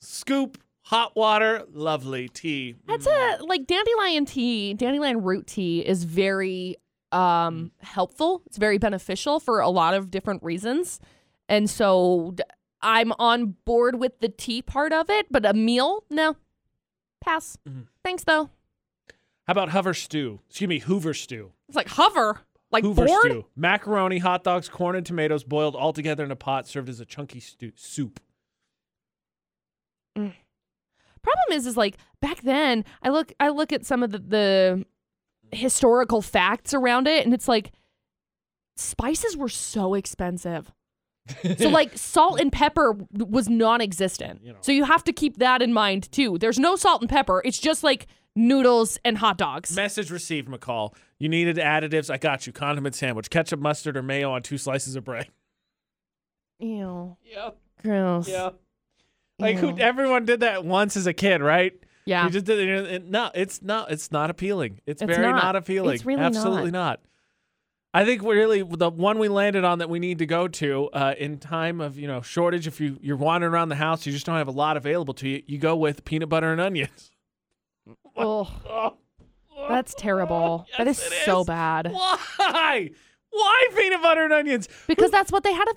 [SPEAKER 1] Scoop, hot water, lovely tea. Mm.
[SPEAKER 2] That's a like dandelion tea, dandelion root tea is very um helpful. It's very beneficial for a lot of different reasons. And so d- I'm on board with the tea part of it, but a meal? No. Pass. Thanks though.
[SPEAKER 1] How about hover stew? Excuse me, Hoover stew.
[SPEAKER 2] It's like hover. Like
[SPEAKER 1] Hoover
[SPEAKER 2] board?
[SPEAKER 1] stew. Macaroni, hot dogs, corn, and tomatoes boiled all together in a pot, served as a chunky stew- soup.
[SPEAKER 2] problem is is like back then i look i look at some of the, the historical facts around it and it's like spices were so expensive
[SPEAKER 1] (laughs)
[SPEAKER 2] so like salt and pepper w- was non-existent
[SPEAKER 1] You know.
[SPEAKER 2] so you have to keep that in mind too there's no salt and pepper it's just like noodles and hot dogs
[SPEAKER 1] Message received, McCall. You needed additives. I got you. Condiment sandwich, ketchup, mustard, or mayo on two slices of bread. (laughs)
[SPEAKER 2] ew
[SPEAKER 1] Yeah,
[SPEAKER 2] gross
[SPEAKER 1] Like who,
[SPEAKER 2] Ew.
[SPEAKER 1] everyone did that once as a kid, right?
[SPEAKER 2] yeah
[SPEAKER 1] You just did it. and- No, it's not. It's not appealing. It's,
[SPEAKER 2] It's
[SPEAKER 1] very not,
[SPEAKER 2] not.
[SPEAKER 1] appealing.
[SPEAKER 2] It's really
[SPEAKER 1] Absolutely not. I think we're really the one we landed on that we need to go to uh, in time of you know shortage. If you you're wandering around the house, you just don't have a lot available to you. You go with peanut butter and
[SPEAKER 2] (laughs)
[SPEAKER 1] onions.
[SPEAKER 2] Ugh. that's
[SPEAKER 1] (laughs)
[SPEAKER 2] terrible that is,
[SPEAKER 1] Yes, it
[SPEAKER 2] so
[SPEAKER 1] is.
[SPEAKER 2] bad
[SPEAKER 1] Why? Why peanut butter and onions?
[SPEAKER 2] because that's what they had
[SPEAKER 1] Well,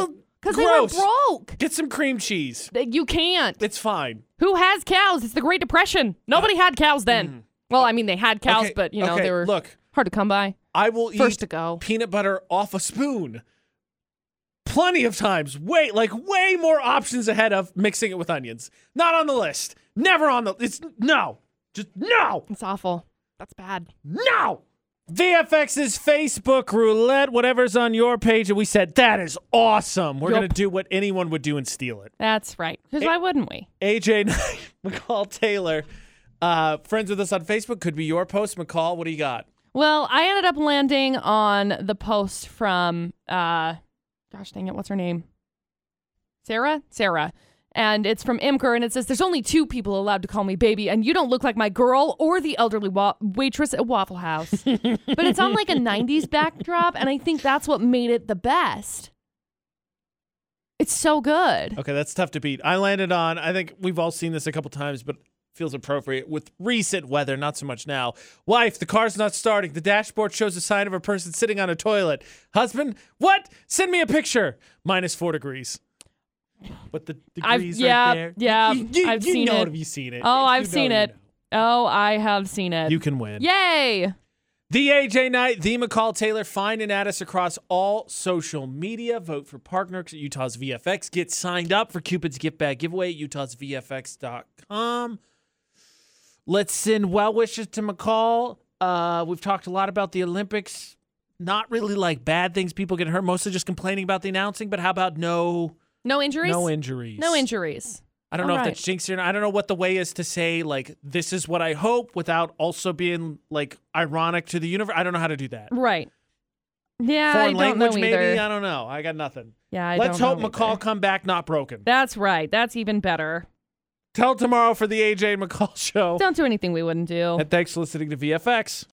[SPEAKER 2] available because Oh, they were
[SPEAKER 1] gross.
[SPEAKER 2] broke
[SPEAKER 1] Get some cream cheese.
[SPEAKER 2] That you can't
[SPEAKER 1] It's fine.
[SPEAKER 2] Who has cows? It's the Great Depression. Nobody had cows then. Well, I mean, they had cows,
[SPEAKER 1] Uh, mm-hmm. Okay,
[SPEAKER 2] but you know
[SPEAKER 1] okay,
[SPEAKER 2] they were
[SPEAKER 1] Look,
[SPEAKER 2] hard to come by.
[SPEAKER 1] I will eat
[SPEAKER 2] First to go.
[SPEAKER 1] peanut butter off a spoon. Plenty of times. Wait, like way more options ahead of mixing it with onions. Not on the list. Never on the. It's no. Just no.
[SPEAKER 2] It's awful. That's bad.
[SPEAKER 1] No. VFX's Facebook roulette, whatever's on your page, and we said that is awesome. We're
[SPEAKER 2] Yup.
[SPEAKER 1] gonna do what anyone would do and steal it.
[SPEAKER 2] That's right. Because why wouldn't we?
[SPEAKER 1] AJ Knight, (laughs) McCall Taylor, uh, friends with us on Facebook, could be your post. McCall, what do you got?
[SPEAKER 2] Well, I ended up landing on the post from, uh, gosh dang it, what's her name? Sarah? Sarah. And it's from Imker, and it says, There's only two people allowed to call me baby, and you don't look like my girl or the elderly wa- waitress at
[SPEAKER 1] (laughs)
[SPEAKER 2] Waffle House. but it's on like a 90s backdrop, and I think that's what made it the best. It's so good.
[SPEAKER 1] Okay, that's tough to beat. I landed on, I think we've all seen this a couple times, but feels appropriate with recent weather, not so much now. Wife, the car's not starting. The dashboard shows a sign of a person sitting on a toilet. Husband, what? Send me a picture. Minus four degrees. But the
[SPEAKER 2] I've-
[SPEAKER 1] degrees
[SPEAKER 2] yeah,
[SPEAKER 1] right there.
[SPEAKER 2] yeah,
[SPEAKER 1] You, you-
[SPEAKER 2] I've
[SPEAKER 1] you
[SPEAKER 2] seen
[SPEAKER 1] know
[SPEAKER 2] it.
[SPEAKER 1] if you've seen it.
[SPEAKER 2] Oh,
[SPEAKER 1] If
[SPEAKER 2] I've
[SPEAKER 1] you know,
[SPEAKER 2] seen
[SPEAKER 1] you
[SPEAKER 2] it. Oh, I have seen
[SPEAKER 1] know.
[SPEAKER 2] it.
[SPEAKER 1] You can win.
[SPEAKER 2] Yay!
[SPEAKER 1] The AJ Knight, the McCall Taylor, find and add us across all social media. Vote for partners at Utah's VFX. Get signed up for Cupid's Gift Bag Giveaway at utahsvfx.com. Let's send well wishes to McCall. Uh, we've talked a lot about the Olympics. Not really like bad things people get hurt, mostly just complaining about the announcing, but how about no
[SPEAKER 2] No injuries?
[SPEAKER 1] no injuries?
[SPEAKER 2] No injuries.
[SPEAKER 1] I don't know
[SPEAKER 2] All right.
[SPEAKER 1] if that's jinxing or not. I don't know what the way is to say like this is what I hope without also being like ironic to the universe. I don't know how to do that.
[SPEAKER 2] Right. Yeah, I
[SPEAKER 1] Foreign
[SPEAKER 2] don't
[SPEAKER 1] language
[SPEAKER 2] know
[SPEAKER 1] maybe?
[SPEAKER 2] either.
[SPEAKER 1] I don't know. I got nothing.
[SPEAKER 2] yeah, I
[SPEAKER 1] Let's
[SPEAKER 2] don't
[SPEAKER 1] hope
[SPEAKER 2] know
[SPEAKER 1] McCall
[SPEAKER 2] either.
[SPEAKER 1] come back not broken.
[SPEAKER 2] That's right. That's even better.
[SPEAKER 1] Tell tomorrow for the AJ McCall (laughs) show.
[SPEAKER 2] Don't do anything we wouldn't do.
[SPEAKER 1] And thanks for listening to VFX.